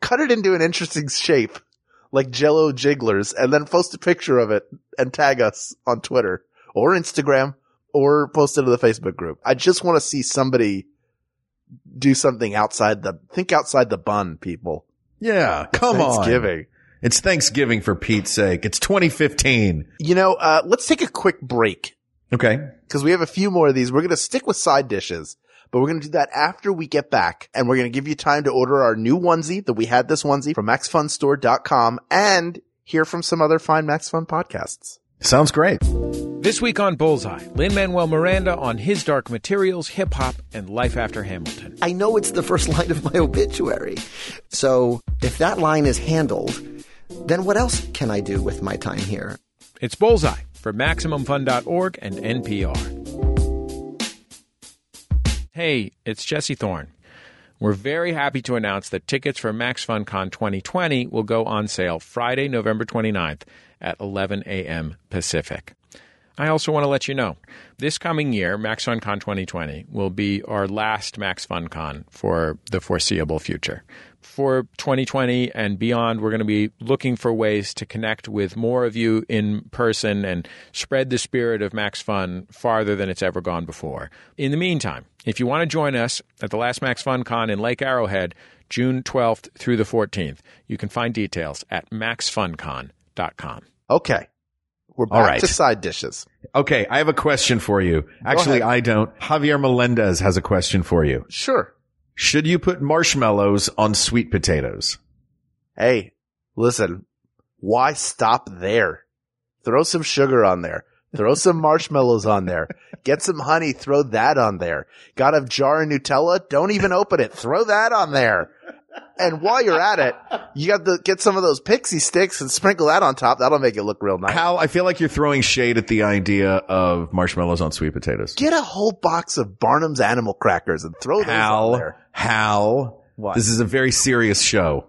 Speaker 2: Cut it into an interesting shape, like jello jigglers, and then post a picture of it and tag us on Twitter or Instagram or post it to the Facebook group. I just want to see somebody do something outside the, think outside the bun, people.
Speaker 1: Yeah, come on.
Speaker 2: Thanksgiving.
Speaker 1: It's Thanksgiving for Pete's sake. It's 2015.
Speaker 2: You know, uh, let's take a quick break.
Speaker 1: Okay.
Speaker 2: because we have a few more of these. We're going to stick with side dishes, but we're going to do that after we get back. And we're going to give you time to order our new onesie that we had this onesie from maxfunstore.com and hear from some other fine Max Fun podcasts.
Speaker 1: Sounds great.
Speaker 6: This week on Bullseye, Lin Manuel Miranda on his dark materials, hip hop, and life after Hamilton.
Speaker 7: I know it's the first <laughs> line of my obituary. So if that line is handled, then what else can I do with my time here?
Speaker 6: It's Bullseye for MaximumFun.org and NPR. Hey, it's Jesse Thorne. We're very happy to announce that tickets for Max Fun Con 2020 will go on sale Friday, November 29th at 11 a.m. Pacific. I also want to let you know this coming year, Max FunCon 2020 will be our last Max FunCon for the foreseeable future. For 2020 and beyond, we're going to be looking for ways to connect with more of you in person and spread the spirit of Max Fun farther than it's ever gone before. In the meantime, if you want to join us at the last Max FunCon in Lake Arrowhead, June 12th through the 14th, you can find details at maxfuncon.com.
Speaker 2: Okay. We're back
Speaker 1: All right.
Speaker 2: to side dishes.
Speaker 1: Okay. I have a question for you. Actually,
Speaker 2: ahead.
Speaker 1: I don't. Javier Melendez has a question for you.
Speaker 2: Sure.
Speaker 1: Should you put marshmallows on sweet potatoes?
Speaker 2: Hey, listen, why stop there? Throw some sugar on there. Throw some marshmallows on there. Get some honey. Throw that on there. Got a jar of Nutella? Don't even open it. Throw that on there. And while you're at it, you got to get some of those pixie sticks and sprinkle that on top. That'll make it look real nice.
Speaker 1: Hal, I feel like you're throwing shade at the idea of marshmallows on sweet potatoes.
Speaker 2: Get a whole box of Barnum's animal crackers and throw those on
Speaker 1: Hal,
Speaker 2: there. <laughs>
Speaker 1: Hal,
Speaker 2: What?
Speaker 1: this is a very serious show.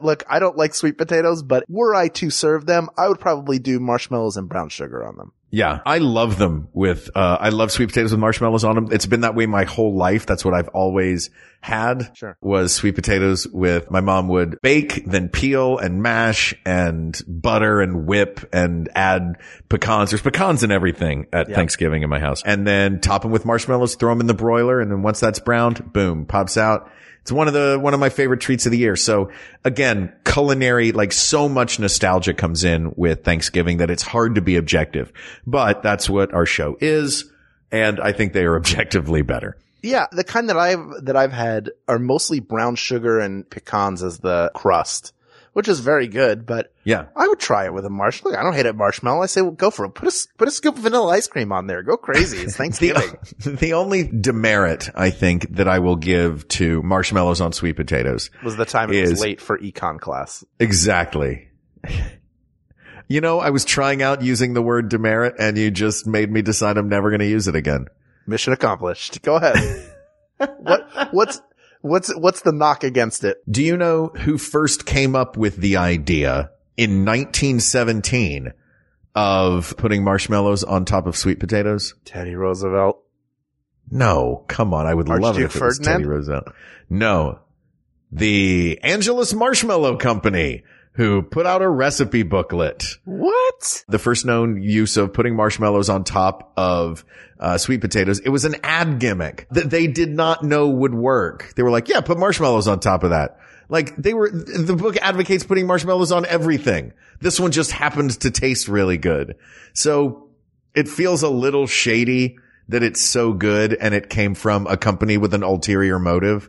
Speaker 2: Look, I don't like sweet potatoes, but were I to serve them, I would probably do marshmallows and brown sugar on them.
Speaker 1: Yeah, I love them with, uh, I love sweet potatoes with marshmallows on them. It's been that way my whole life. That's what I've always had
Speaker 2: Sure.
Speaker 1: was sweet potatoes with my mom would bake, then peel and mash and butter and whip and add pecans. There's pecans and everything at Thanksgiving in my house and then top them with marshmallows, throw them in the broiler. And then once that's browned, boom, pops out. It's one of the, one of my favorite treats of the year. So again, culinary, like so much nostalgia comes in with Thanksgiving that it's hard to be objective, but that's what our show is. And I think they are <laughs> objectively better.
Speaker 2: Yeah, the kind that I've that I've had are mostly brown sugar and pecans as the crust, which is very good. But
Speaker 1: Yeah. <laughs>
Speaker 2: I would try it with a marshmallow. Look, I don't hate a marshmallow. I say, well, go for it. Put a s- put a scoop of vanilla ice cream on there. Go crazy. <laughs> It's Thanksgiving.
Speaker 1: The only demerit I think that I will give to marshmallows on sweet potatoes.
Speaker 2: was the time it was
Speaker 1: Is-
Speaker 2: late for econ class.
Speaker 1: Exactly. <laughs> you know, I was trying out using the word demerit and you just made me decide I'm never going to use it again.
Speaker 2: Mission accomplished. Go <laughs> ahead. what what's what's what's the knock against it?
Speaker 1: Do you know who first came up with the idea in 1917 of putting marshmallows on top of sweet potatoes?
Speaker 2: Teddy Roosevelt.
Speaker 1: No, come on. I would love it
Speaker 2: Archduke
Speaker 1: if it was Teddy
Speaker 2: Ferdinand?
Speaker 1: Roosevelt. No, the Angelus Marshmallow Company who put out a recipe booklet.
Speaker 2: What?
Speaker 1: The first known use of putting marshmallows on top of uh, sweet potatoes. It was an ad gimmick that they did not know would work. They were like, yeah, put marshmallows on top of that. Like they were, the book advocates putting marshmallows on everything. This one just happened to taste really good. So it feels a little shady that it's so good and it came from a company with an ulterior motive.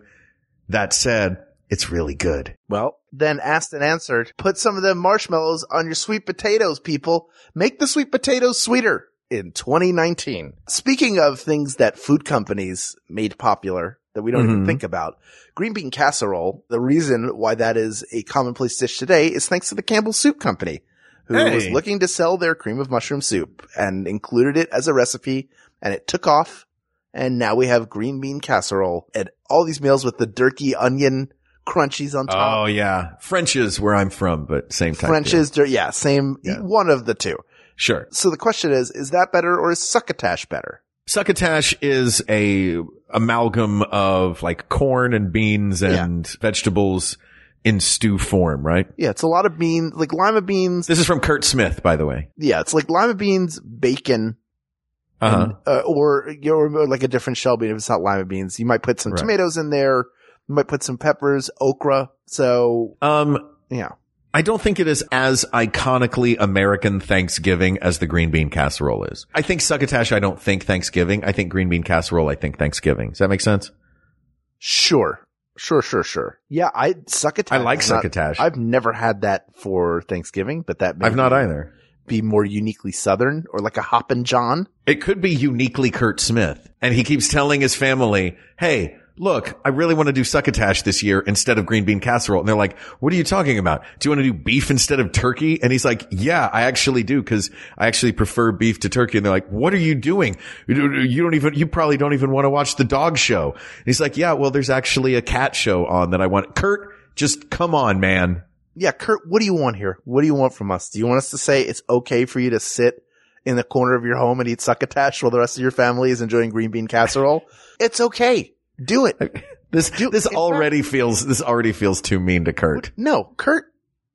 Speaker 1: That said, it's really good.
Speaker 2: Well, then asked and answered. Put some of them marshmallows on your sweet potatoes, people. Make the sweet potatoes sweeter in 2019. Speaking of things that food companies made popular that we don't even think about, green bean casserole, the reason why that is a commonplace dish today is thanks to the Campbell Soup Company, who was
Speaker 1: Hey.
Speaker 2: looking to sell their cream of mushroom soup and included it as a recipe and it took off. And now we have green bean casserole and all these meals with the dirty onion crunchies on top.
Speaker 1: Oh yeah. French is where I'm from, but same type.
Speaker 2: French
Speaker 1: deal.
Speaker 2: is dir- yeah, same
Speaker 1: Yeah.
Speaker 2: one of the two.
Speaker 1: Sure.
Speaker 2: So the question is, is that better or is succotash better?
Speaker 1: Succotash is a amalgam of like corn and beans and vegetables in stew form, right?
Speaker 2: Yeah, it's a lot of beans, like lima beans.
Speaker 1: This is from Kurt Smith, by the way.
Speaker 2: Yeah, it's like lima beans, bacon,
Speaker 1: Uh-huh.
Speaker 2: uh, or you know, or like a different shell bean if it's not lima beans. You might put some
Speaker 1: Right.
Speaker 2: tomatoes in there. You might put some peppers, okra. So
Speaker 1: Um,
Speaker 2: yeah,
Speaker 1: I don't think it is as iconically American Thanksgiving as the green bean casserole is. I think succotash, I don't think Thanksgiving. I think green bean casserole, I think Thanksgiving. Does that make sense?
Speaker 2: sure, sure, sure, sure. Yeah, I succotash.
Speaker 1: I like
Speaker 2: is not-
Speaker 1: succotash.
Speaker 2: I've never had that for Thanksgiving, but that may
Speaker 1: I've not
Speaker 2: be-
Speaker 1: either.
Speaker 2: be more uniquely Southern or like a hoppin' John.
Speaker 1: It could be uniquely Kurt Smith. And he keeps telling his family, Hey, look, I really want to do succotash this year instead of green bean casserole. And they're like, what are you talking about? Do you want to do beef instead of turkey? And he's like, yeah, I actually do. Cause I actually prefer beef to turkey. And they're like, what are you doing? You don't even, you probably don't even want to watch the dog show. And he's like, yeah, well, there's actually a cat show on that I want. Kurt, just come on, man.
Speaker 2: yeah, Kurt, what do you want here? What do you want from us? Do you want us to say it's okay for you to sit in the corner of your home and eat succotash while the rest of your family is enjoying green bean
Speaker 1: <laughs>
Speaker 2: casserole? it's okay. Do it.
Speaker 1: This,
Speaker 2: Dude,
Speaker 1: this
Speaker 2: in fact-
Speaker 1: already feels, this already feels too mean to Kurt.
Speaker 2: No, Kurt,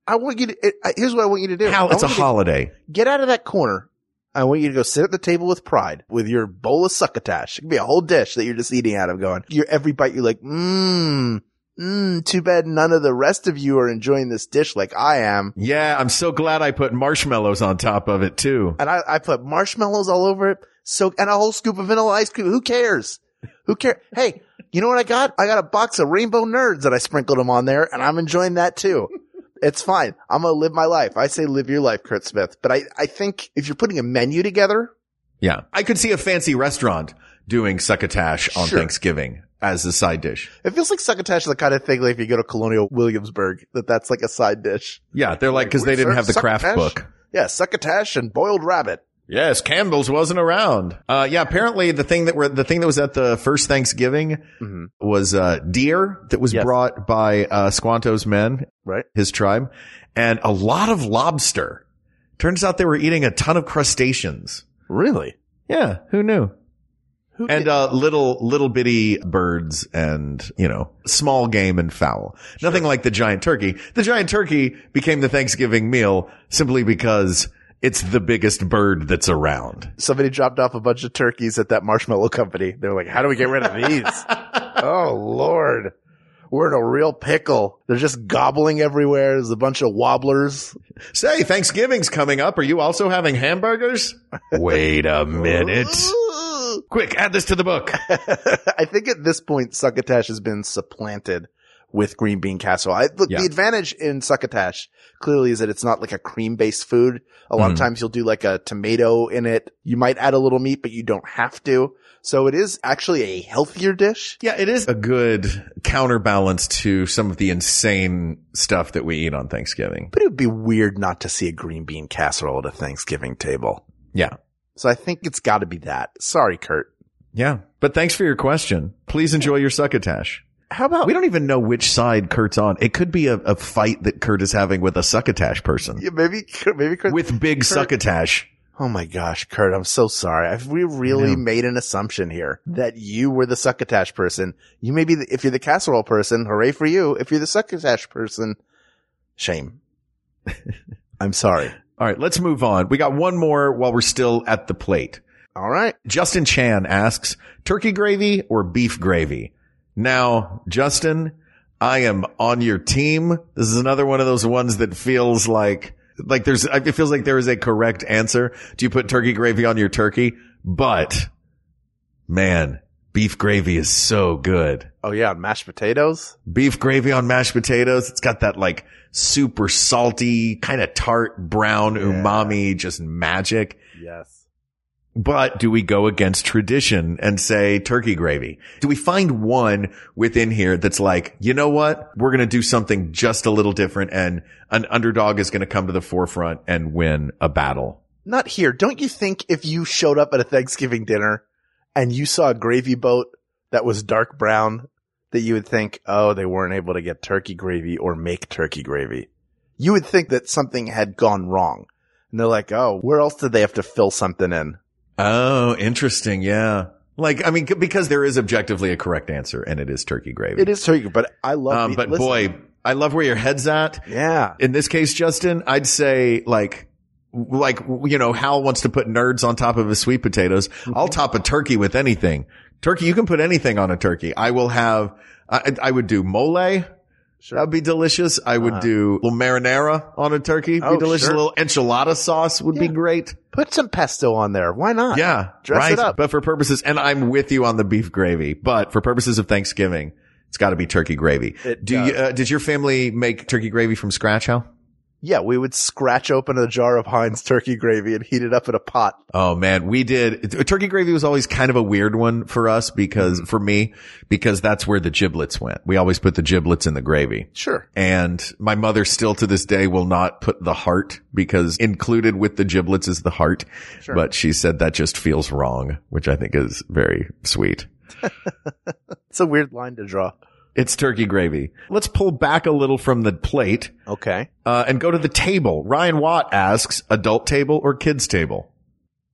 Speaker 2: I want you to, I- here's what I want you to do.
Speaker 1: How
Speaker 2: I
Speaker 1: it's a
Speaker 2: want you to
Speaker 1: holiday.
Speaker 2: Get out of that corner. I want you to go sit at the table with pride with your bowl of succotash. It could be a whole dish that you're just eating out of going. Your every bite you're like, mmm, mmm, too bad none of the rest of you are enjoying this dish like I am.
Speaker 1: Yeah, I'm so glad I put marshmallows on top of it too.
Speaker 2: and I, I put marshmallows all over it. So, and a whole scoop of vanilla ice cream. Who cares? Who cares? Hey, you know what I got? I got a box of rainbow nerds that I sprinkled them on there and I'm enjoying that too. It's fine. I'm going to live my life. I say live your life, Kurt Smith. But I, I think if you're putting a menu together,
Speaker 1: Yeah. I could see a fancy restaurant doing succotash on
Speaker 2: Sure.
Speaker 1: Thanksgiving as a side dish.
Speaker 2: it feels like succotash is the kind of thing like if you go to Colonial Williamsburg, that that's like a side dish.
Speaker 1: Yeah, they're like cuz they
Speaker 2: we
Speaker 1: didn't
Speaker 2: serve
Speaker 1: have the craft
Speaker 2: succotash?
Speaker 1: book.
Speaker 2: Yeah, succotash and boiled rabbit.
Speaker 1: Yes, Campbell's wasn't around. Uh yeah, apparently the thing that were the thing that was at the first Thanksgiving
Speaker 2: Mhm.
Speaker 1: was uh deer that was
Speaker 2: Yes.
Speaker 1: brought by uh Squanto's men,
Speaker 2: Right.
Speaker 1: his tribe, and a lot of lobster. Turns out they were eating a ton of crustaceans.
Speaker 2: Really?
Speaker 1: Yeah, who knew?
Speaker 2: Who
Speaker 1: and uh, little little bitty birds and you know small game and fowl nothing like the giant turkey the giant turkey became the thanksgiving meal simply because it's the biggest bird that's around
Speaker 2: somebody dropped off a bunch of turkeys at that marshmallow company. They were like, how do we get rid of these? oh Lord. We're in a real pickle. They're just gobbling everywhere. There's a bunch of wobblers.
Speaker 1: say thanksgiving's coming up are you also having hamburgers <laughs> wait a minute <laughs> quick add this to the book
Speaker 2: I think at this point, succotash has been supplanted with green bean casserole. I, look,
Speaker 1: Yeah.
Speaker 2: the advantage in succotash clearly is that it's not like a cream based food. A lot of
Speaker 1: Mhm.
Speaker 2: times you'll do like a tomato in it. You might add a little meat, but you don't have to. So it is actually a healthier dish.
Speaker 1: yeah it is a good counterbalance to some of the insane stuff that we eat on thanksgiving
Speaker 2: But it would be weird not to see a green bean casserole at a Thanksgiving table.
Speaker 1: Yeah.
Speaker 2: So I think it's got to be that. Sorry, Kurt.
Speaker 1: yeah but thanks for your question please enjoy your succotash
Speaker 2: How about
Speaker 1: We don't even know which side Kurt's on. It could be a, a fight that Kurt is having with a succotash person.
Speaker 2: Yeah, maybe maybe Kurt
Speaker 1: With big
Speaker 2: Kurt-
Speaker 1: succotash.
Speaker 2: Oh my gosh, Kurt, I'm so sorry. I've, we really made an assumption here that you were the succotash person. You may be, the, if you're the casserole person, hooray for you. If you're the succotash person, shame. <laughs> I'm sorry.
Speaker 1: All right, let's move on. We got one more while we're still at the plate.
Speaker 2: All right.
Speaker 1: Justin Chan asks, turkey gravy or beef gravy? Now, Justin, I am on your team. This is another one of those ones that feels like, like there's, it feels like there is a correct answer. Do you put turkey gravy on your turkey? But man, beef gravy is so good.
Speaker 2: Oh yeah. Mashed potatoes.
Speaker 1: Beef gravy on mashed potatoes. It's got that like super salty, kind of tart brown umami, just magic.
Speaker 2: Yes.
Speaker 1: But do we go against tradition and say turkey gravy? Do we find one within here that's like, you know what? We're going to do something just a little different and an underdog is going to come to the forefront and win a battle.
Speaker 2: Not here. Don't you think if you showed up at a Thanksgiving dinner and you saw a gravy boat that was dark brown, that you would think, oh, they weren't able to get turkey gravy or make turkey gravy. You would think that something had gone wrong. And they're like, oh, where else did they have to fill something in?
Speaker 1: Oh, interesting. Yeah. Like, I mean, c- because there is objectively a correct answer and it is turkey gravy.
Speaker 2: It is turkey, but I love
Speaker 1: Um,
Speaker 2: meat-
Speaker 1: but
Speaker 2: listen,
Speaker 1: boy, I love where your head's at.
Speaker 2: Yeah.
Speaker 1: in this case, Justin, I'd say like, like, you know, Hal wants to put nerds on top of his sweet potatoes.
Speaker 2: Mm-hmm.
Speaker 1: I'll top a turkey with anything. Turkey, you can put anything on a turkey. I will have, I, I would do mole. That'd be delicious. I would do a little marinara on a turkey.
Speaker 2: Uh-huh. Oh,
Speaker 1: be delicious.
Speaker 2: sure.
Speaker 1: A little enchilada sauce would be great.
Speaker 2: Put some pesto on there. Why not?
Speaker 1: Yeah.
Speaker 2: Dress
Speaker 1: right.
Speaker 2: it up.
Speaker 1: But for purposes, and I'm with you on the beef gravy, but for purposes of Thanksgiving, it's got to be turkey gravy.
Speaker 2: It
Speaker 1: do you,
Speaker 2: does.
Speaker 1: uh, did your family make turkey gravy from scratch, Hal?
Speaker 2: Yeah, we would scratch open a jar of Heinz turkey gravy and heat it up in a pot.
Speaker 1: Oh man, we did. Turkey gravy was always kind of a weird one for us because, for me, because that's where the giblets went. We always put the giblets in the gravy.
Speaker 2: Sure.
Speaker 1: And my mother still to this day will not put the heart because included with the giblets is the heart. But she said that just feels wrong, which I think is very sweet.
Speaker 2: It's a weird line to draw.
Speaker 1: It's turkey gravy. Let's pull back a little from the plate
Speaker 2: Okay.
Speaker 1: uh, and go to the table. Ryan Watt asks, adult table or kids table?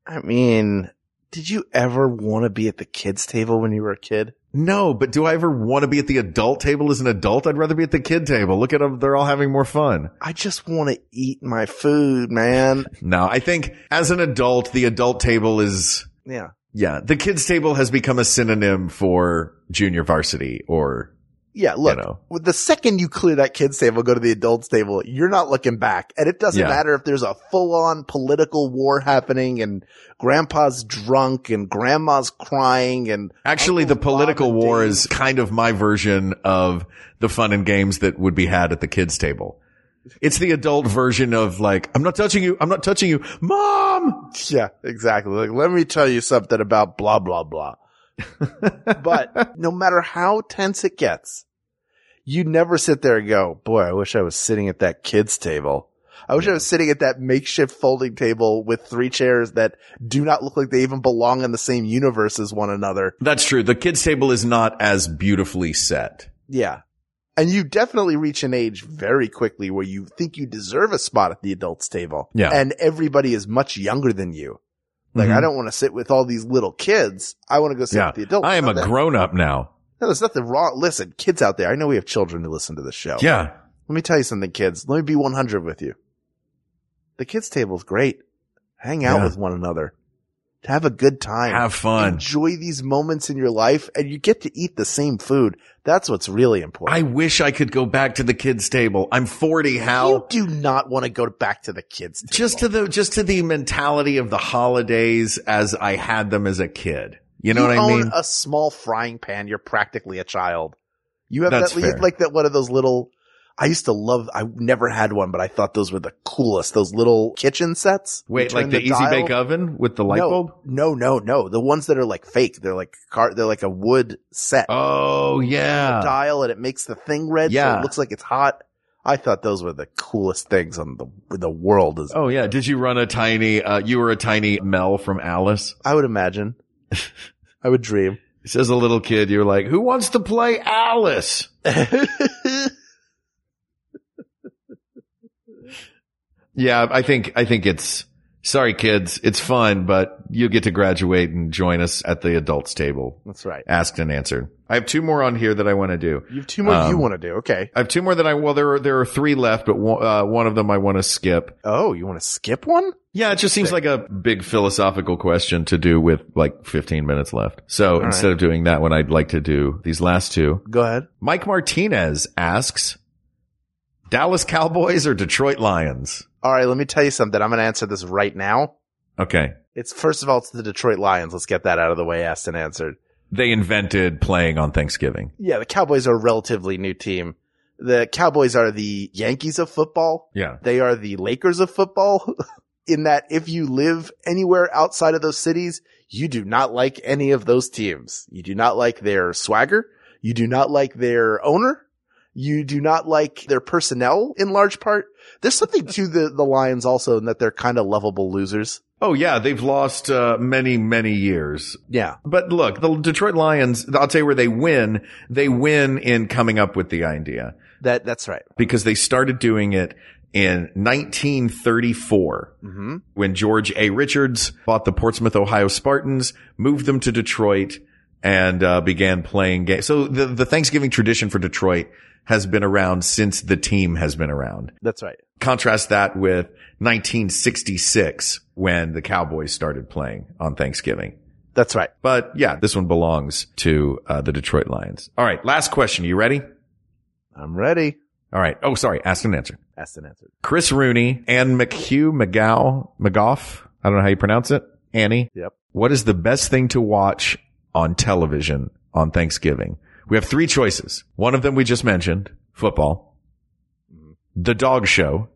Speaker 2: I mean, did you ever want to be at the kids' table when you were a kid?
Speaker 1: No, but do I ever want to be at the adult table as an adult? I'd rather be at the kid table. Look at them. They're all having more fun.
Speaker 2: I just want to eat my food,
Speaker 1: <laughs>
Speaker 2: man.
Speaker 1: No, I think as an adult, the adult table is,
Speaker 2: Yeah.
Speaker 1: yeah, the kids table has become a synonym for junior varsity or
Speaker 2: Yeah, look,
Speaker 1: know.
Speaker 2: with the second you clear that kids table, go to the adults table, you're not looking back. And it doesn't
Speaker 1: Yeah.
Speaker 2: matter if there's a full on political war happening and grandpa's drunk and grandma's crying and
Speaker 1: actually the political
Speaker 2: Bob and
Speaker 1: war
Speaker 2: Dave.
Speaker 1: is kind of my version of the fun and games that would be had at the kids table. It's the adult version of like, I'm not touching you. I'm not touching you. Mom.
Speaker 2: <laughs> Yeah, exactly. Like, let me tell you something about blah, blah, blah. but no matter how tense it gets, you never sit there and go, boy, I wish I was sitting at that kid's table. I wish I was sitting at that makeshift folding table with three chairs that do not look like they even belong in the same universe as one another.
Speaker 1: That's true. The kids table is not as beautifully set.
Speaker 2: Yeah. And you definitely reach an age very quickly where you think you deserve a spot at the adults table.
Speaker 1: Yeah.
Speaker 2: And everybody is much younger than you. Like,
Speaker 1: Mhm.
Speaker 2: I don't want to sit with all these little kids. I want to go sit with the adults.
Speaker 1: I am
Speaker 2: Now
Speaker 1: a
Speaker 2: that-
Speaker 1: grown up now.
Speaker 2: No, there's nothing wrong. Listen, kids out there, I know we have children who listen to this show.
Speaker 1: Yeah.
Speaker 2: Let me tell you something, kids. Let me be 100 with you. The kids table's great. Hang out
Speaker 1: Yeah.
Speaker 2: with one another. Have a good time.
Speaker 1: Have fun.
Speaker 2: Enjoy these moments in your life and you get to eat the same food. That's what's really important.
Speaker 1: I wish I could go back to the kids table. I'm 40,
Speaker 2: You
Speaker 1: Hal.
Speaker 2: do not want to go back to the kids. Table.
Speaker 1: Just to the, just to the mentality of the holidays as I had them as a kid. You know what I
Speaker 2: own
Speaker 1: mean?
Speaker 2: A small frying pan. You're practically a child. You have
Speaker 1: That's
Speaker 2: that you
Speaker 1: fair.
Speaker 2: like that one of those little. I used to love. I never had one, but I thought those were the coolest. Those little kitchen sets. You
Speaker 1: Wait,
Speaker 2: turn
Speaker 1: like the, easy
Speaker 2: dial-
Speaker 1: bake oven with the light
Speaker 2: no,
Speaker 1: bulb?
Speaker 2: No, no, no. The ones that are like fake. They're like car. They're like a wood set
Speaker 1: Oh, yeah.
Speaker 2: dial, and it makes the thing red. so
Speaker 1: Yeah.
Speaker 2: it looks like it's hot. I thought those were the coolest things on the the world. Is
Speaker 1: Oh, yeah. Did you run a tiny, uh, you were a tiny Mel from Alice?
Speaker 2: I
Speaker 1: <laughs>
Speaker 2: would imagine. I would dream.
Speaker 1: It says a little kid, you're like, who wants to play Alice? Yeah. I think, I think it's, sorry kids, it's fun, but you get to graduate and join us at the adults table.
Speaker 2: That's right.
Speaker 1: Asked and answered. I have two more on here that I want to do.
Speaker 2: You have two more you
Speaker 1: Um,
Speaker 2: want to do. Okay.
Speaker 1: I have two more that I, well, there are, there are three left, but one, uh, one of them I want to skip.
Speaker 2: Oh, you want to skip one?
Speaker 1: Yeah, it just seems like a big philosophical question to do with like 15 minutes left. So instead of doing that one, I'd like to do these last two.
Speaker 2: Go ahead.
Speaker 1: Mike Martinez asks, Dallas Cowboys or Detroit Lions?
Speaker 2: All right. Let me tell you something. I'm going to answer this right now.
Speaker 1: Okay.
Speaker 2: It's first of all, it's the Detroit Lions. Let's get that out of the way. Asked and answered.
Speaker 1: They invented playing on Thanksgiving.
Speaker 2: Yeah. The Cowboys are a relatively new team. The Cowboys are the Yankees of football.
Speaker 1: Yeah.
Speaker 2: They are the Lakers of football <laughs> in that if you live anywhere outside of those cities, you do not like any of those teams. You do not like their swagger. You do not like their owner. You do not like their personnel in large part. There's something to the, the Lions also in that they're kind of lovable losers.
Speaker 1: Oh yeah, they've lost uh, many, many years.
Speaker 2: Yeah.
Speaker 1: But look, the Detroit Lions, I'll tell you where they win. They win in coming up with the idea
Speaker 2: That, that's right.
Speaker 1: because they started doing it in 1934.
Speaker 2: hmm
Speaker 1: when George A. Richards bought the Portsmouth, Ohio Spartans, moved them to Detroit, and uh, began playing games. So the, the Thanksgiving tradition for Detroit has been around since the team has been around.
Speaker 2: That's right.
Speaker 1: Contrast that with 1966 when the Cowboys started playing on Thanksgiving.
Speaker 2: That's right.
Speaker 1: But yeah, this one belongs to uh, the Detroit Lions. All right, last question. You ready?
Speaker 2: I'm ready.
Speaker 1: All right. Oh, sorry. Ask and answer.
Speaker 2: Asked and answered.
Speaker 1: Chris Rooney, Anne McHugh, McGow, McGough. I don't know how you pronounce it. Annie.
Speaker 2: Yep.
Speaker 1: What is the best thing to watch on television on Thanksgiving? We have three choices. One of them we just mentioned, football,
Speaker 2: Mm-hmm.
Speaker 1: the dog show,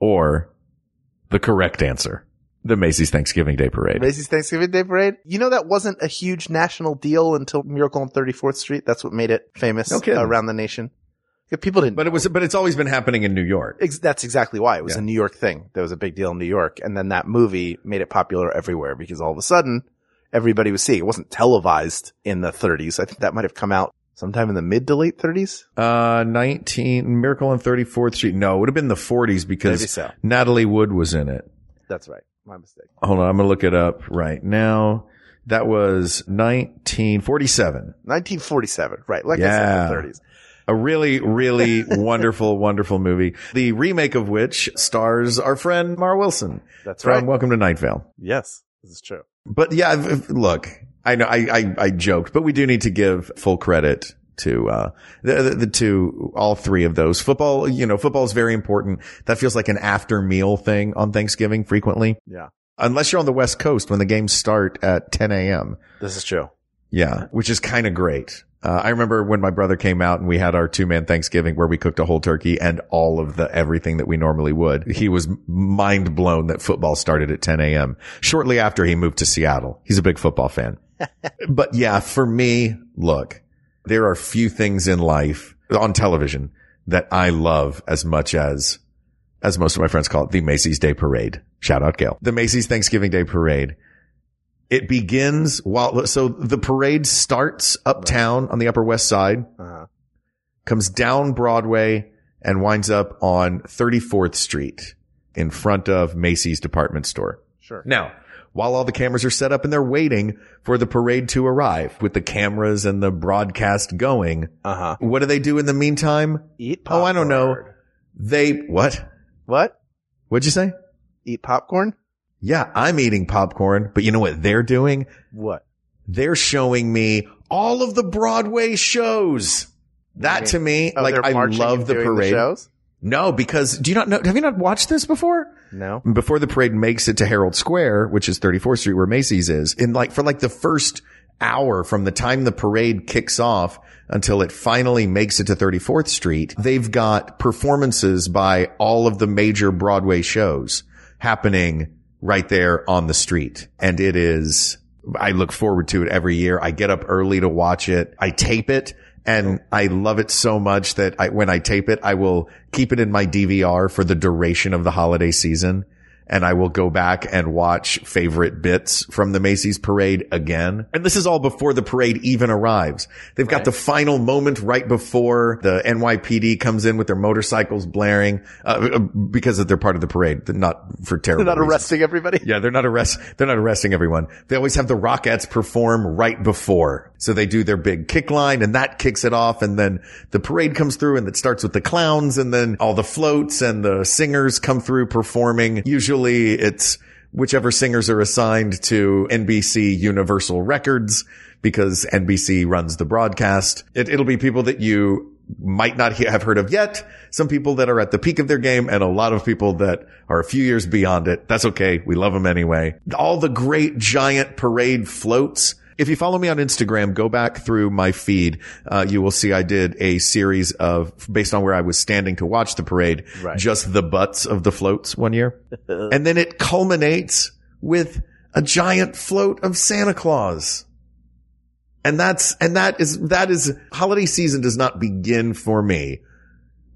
Speaker 1: or the correct answer, the Macy's Thanksgiving Day Parade.
Speaker 2: Macy's Thanksgiving Day Parade. You know that wasn't a huge national deal until Miracle on 34th Street. That's what made it famous
Speaker 1: No kidding.
Speaker 2: around the nation. Yeah, People didn't.
Speaker 1: But it was, but it's always been happening in New York.
Speaker 2: ex- that's exactly why it was
Speaker 1: Yeah.
Speaker 2: a New York thing. There was a big deal in New York, and then that movie made it popular everywhere because all of a sudden everybody was seeing. It wasn't televised in the 30s. I think that might have come out sometime in the mid to late 30s.
Speaker 1: Uh, 19, Miracle on 34th Street. No, it would have been the 40s
Speaker 2: Maybe
Speaker 1: because
Speaker 2: so.
Speaker 1: Natalie Wood was in it.
Speaker 2: That's right. My mistake.
Speaker 1: hold on, I'm gonna look it up right now. That was 1947.
Speaker 2: 1947. Right. Like I
Speaker 1: Yeah.
Speaker 2: said, the 30s.
Speaker 1: A really,
Speaker 2: <laughs>
Speaker 1: really wonderful, wonderful movie. The remake of which stars our friend Mara Wilson
Speaker 2: That's
Speaker 1: from
Speaker 2: right.
Speaker 1: Welcome to Night Vale.
Speaker 2: Yes, this is true.
Speaker 1: But yeah, if- if- look, I know I, I I joked, but we do need to give full credit to uh the, the, the to all three of those. Football, you know, football is very important. That feels like an after meal thing on Thanksgiving frequently.
Speaker 2: Yeah.
Speaker 1: Unless you're on the West Coast when the games start at 10 a.m.
Speaker 2: This is true.
Speaker 1: Yeah, which is kind of great. Uh, I remember when my brother came out and we had our two man Thanksgiving where we cooked a whole turkey and all of the everything that we normally would. He was mind blown that football started at 10 a.m. shortly after he moved to Seattle. He's a big football fan. but yeah, for me, look, there are few things in life on television that I love as much as as most of my friends call it, the Macy's Day Parade. Shout out Gail. The Macy's Thanksgiving Day Parade. It begins while, so the parade starts uptown on the Upper West Side,
Speaker 2: Uh-huh.
Speaker 1: comes down Broadway and winds up on 34th Street in front of Macy's department store.
Speaker 2: Sure.
Speaker 1: Now, while all the cameras are set up and they're waiting for the parade to arrive with the cameras and the broadcast going,
Speaker 2: Uh huh.
Speaker 1: what do they do in the meantime?
Speaker 2: Eat popcorn.
Speaker 1: Oh, I don't know. They, what?
Speaker 2: What?
Speaker 1: What'd you say?
Speaker 2: Eat popcorn?
Speaker 1: Yeah, I'm eating popcorn, but you know what they're doing?
Speaker 2: What?
Speaker 1: They're showing me all of the Broadway shows. That to me,
Speaker 2: Oh,
Speaker 1: like
Speaker 2: they're
Speaker 1: I
Speaker 2: marching
Speaker 1: love
Speaker 2: and
Speaker 1: the
Speaker 2: doing
Speaker 1: parade.
Speaker 2: shows?
Speaker 1: no, because do you not know? Have you not watched this before?
Speaker 2: No.
Speaker 1: Before the parade makes it to Herald Square, which is 34th Street where Macy's is, in like for like the first hour from the time the parade kicks off until it finally makes it to 34th Street, they've got performances by all of the major Broadway shows happening right there on the street. And it is, I look forward to it every year. I get up early to watch it. I tape it and I love it so much that I, when I tape it, I will keep it in my DVR for the duration of the holiday season and I will go back and watch favorite bits from the Macy's parade again. And this is all before the parade even arrives. They've got the final moment right before the NYPD comes in with their motorcycles blaring, uh, because of their part of the parade, not for terrible.
Speaker 2: They're not
Speaker 1: reasons.
Speaker 2: arresting everybody.
Speaker 1: Yeah, they're not arrest. They're not arresting everyone. They always have the Rockettes perform right before, so they do their big kick line, and that kicks it off, and then the parade comes through, and it starts with the clowns, and then all the floats and the singers come through performing. Usually, it's whichever singers are assigned to NBC Universal Records because NBC runs the broadcast. It, it'll be people that you might not he- have heard of yet. Some people that are at the peak of their game and a lot of people that are a few years beyond it. That's okay. We love them anyway. All the great giant parade floats. If you follow me on Instagram, go back through my feed. Uh, you will see I did a series of based on where I was standing to watch the parade, just the butts of the floats one year. and then it culminates with a giant float of Santa Claus. And that's, and that is, that is, holiday season does not begin for me.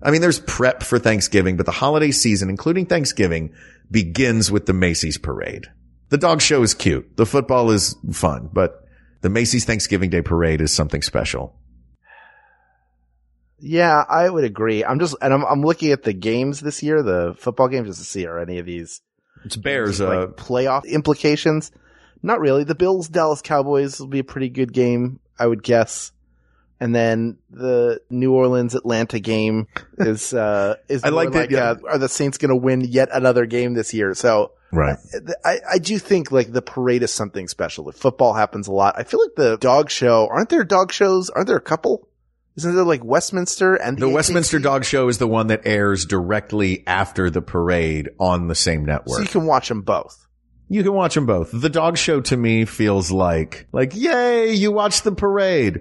Speaker 1: I mean, there's prep for Thanksgiving, but the holiday season, including Thanksgiving, begins with the Macy's parade. The dog show is cute. The football is fun, but the Macy's Thanksgiving Day parade is something special.
Speaker 2: Yeah, I would agree. I'm just, and I'm, I'm looking at the games this year, the football games, just to see are any of these
Speaker 1: It's Bears,
Speaker 2: like
Speaker 1: uh,
Speaker 2: playoff implications. Not really. The Bills Dallas Cowboys will be a pretty good game, I would guess. And then the New Orleans Atlanta game is uh is
Speaker 1: <laughs> I
Speaker 2: more
Speaker 1: like that, yeah.
Speaker 2: uh, are the Saints going to win yet another game this year? So
Speaker 1: right.
Speaker 2: I, I do think like the parade is something special. The football happens a lot. I feel like the dog show, aren't there dog shows? Aren't there a couple? Isn't there like Westminster and the,
Speaker 1: The Westminster
Speaker 2: AKC?
Speaker 1: Dog Show is the one that airs directly after the parade on the same network.
Speaker 2: So you can watch them both.
Speaker 1: You can watch them both. The dog show to me feels like, like, yay, you watch the parade.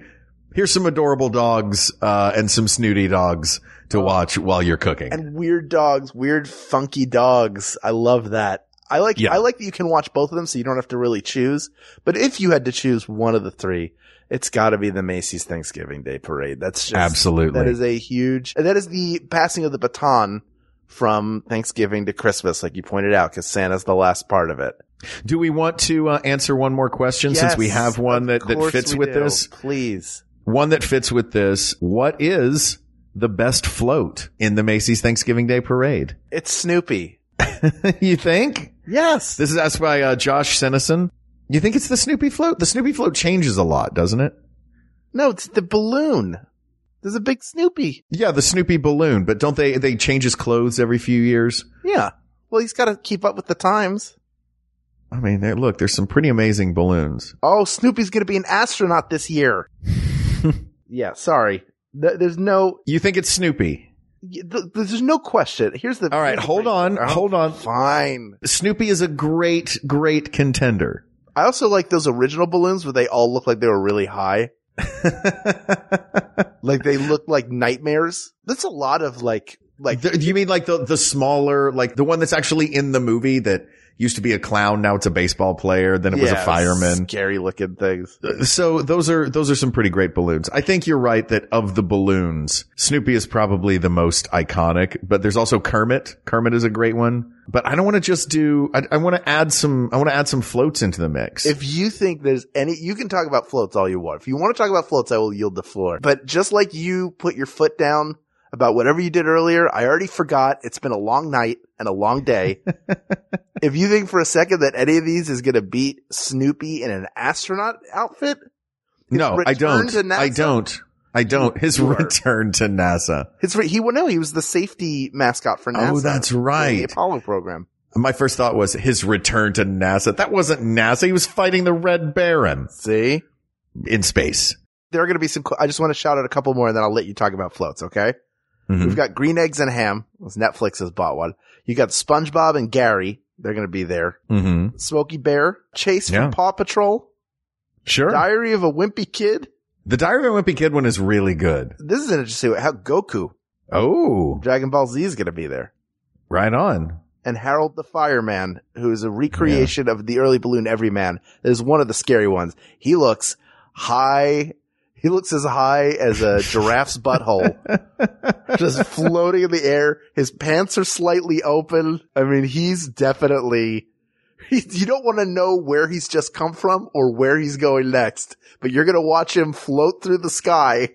Speaker 1: Here's some adorable dogs, uh, and some snooty dogs to watch while you're cooking.
Speaker 2: Oh. And weird dogs, weird funky dogs. I love that. I like
Speaker 1: Yeah.
Speaker 2: I like that you can watch both of them so you don't have to really choose. But if you had to choose one of the three, it's got to be the Macy's Thanksgiving Day Parade. That's just
Speaker 1: Absolutely.
Speaker 2: That is a huge. That is the passing of the baton from Thanksgiving to Christmas, like you pointed out, because Santa's the last part of it.
Speaker 1: Do we want to uh, answer one more question since we
Speaker 2: Yes,
Speaker 1: have one
Speaker 2: of
Speaker 1: that, that
Speaker 2: course
Speaker 1: fits
Speaker 2: we
Speaker 1: with
Speaker 2: do.
Speaker 1: this?
Speaker 2: Please.
Speaker 1: One that fits with this. What is the best float in the Macy's Thanksgiving Day parade? <laughs>
Speaker 2: It's Snoopy.
Speaker 1: you think?
Speaker 2: Yes.
Speaker 1: This is asked by uh, Josh Sennison. You think it's the Snoopy float? The Snoopy float changes a lot, doesn't it?
Speaker 2: no, it's the balloon. There's a big Snoopy.
Speaker 1: Yeah, the Snoopy balloon, but don't they they change his clothes every few years?
Speaker 2: Yeah. Well, he's got to keep up with the times.
Speaker 1: I mean, there look, there's some pretty amazing balloons.
Speaker 2: Oh, Snoopy's going to be an astronaut
Speaker 1: <laughs>
Speaker 2: this year. yeah, sorry. Th- There's no,
Speaker 1: You think it's Snoopy?
Speaker 2: y- th- there's no question. Here's the.
Speaker 1: All right,
Speaker 2: here's the
Speaker 1: hold on,
Speaker 2: breakdown.
Speaker 1: hold on.
Speaker 2: Fine.
Speaker 1: Snoopy is a great great contender.
Speaker 2: I also like those original balloons where they all look like they were
Speaker 1: <laughs>
Speaker 2: really high. Like they look like nightmares. That's a lot of like, like,
Speaker 1: Do you mean like the the smaller like the one that's actually in the movie that used to be a clown, now it's a baseball player, then it was
Speaker 2: yeah,
Speaker 1: a fireman.
Speaker 2: Scary looking things.
Speaker 1: So those are those are some pretty great balloons. I think you're right that of the balloons, Snoopy is probably the most iconic, but there's also Kermit. Kermit is a great one. But I don't want to just do I, I want to add some I want to add some floats into the mix.
Speaker 2: If you think there's any, you can talk about floats all you want. If you want to talk about floats, I will yield the floor. But just like you put your foot down about whatever you did earlier, I already forgot. It's been a long night and a
Speaker 1: <laughs>
Speaker 2: long day. if you think for a second that any of these is going to beat Snoopy in an astronaut outfit,
Speaker 1: no, I don't.
Speaker 2: return to NASA?
Speaker 1: I don't. I don't. His
Speaker 2: You are-
Speaker 1: return to NASA.
Speaker 2: his he well no, he was the safety mascot for NASA.
Speaker 1: Oh, that's
Speaker 2: during
Speaker 1: right.
Speaker 2: The Apollo program.
Speaker 1: My first thought was his return to NASA. That wasn't NASA. He was fighting the Red Baron
Speaker 2: See,
Speaker 1: in space.
Speaker 2: there are going to be some. I just want to shout out a couple more, and then I'll let you talk about floats. Okay.
Speaker 1: Mhm.
Speaker 2: We've got Green Eggs and Ham. because Netflix has bought one. You got SpongeBob and Gary. They're going to be there.
Speaker 1: Mm-hmm.
Speaker 2: Smokey Bear, Chase
Speaker 1: Yeah.
Speaker 2: from Paw Patrol,
Speaker 1: Sure.
Speaker 2: Diary of a Wimpy Kid.
Speaker 1: the Diary of a Wimpy Kid one is really good.
Speaker 2: This is interesting. How Goku,
Speaker 1: Oh,
Speaker 2: Dragon Ball Z is going to be there.
Speaker 1: right on.
Speaker 2: And Harold the Fireman, who is a recreation of the early balloon everyman, is one of the scary ones. He looks high. He looks as high
Speaker 1: <laughs>
Speaker 2: as a giraffe's butthole, just floating in the air. His pants are slightly open. I mean, he's definitely. You don't want to know where he's just come from or where he's going next, but you're going to watch him float through the sky.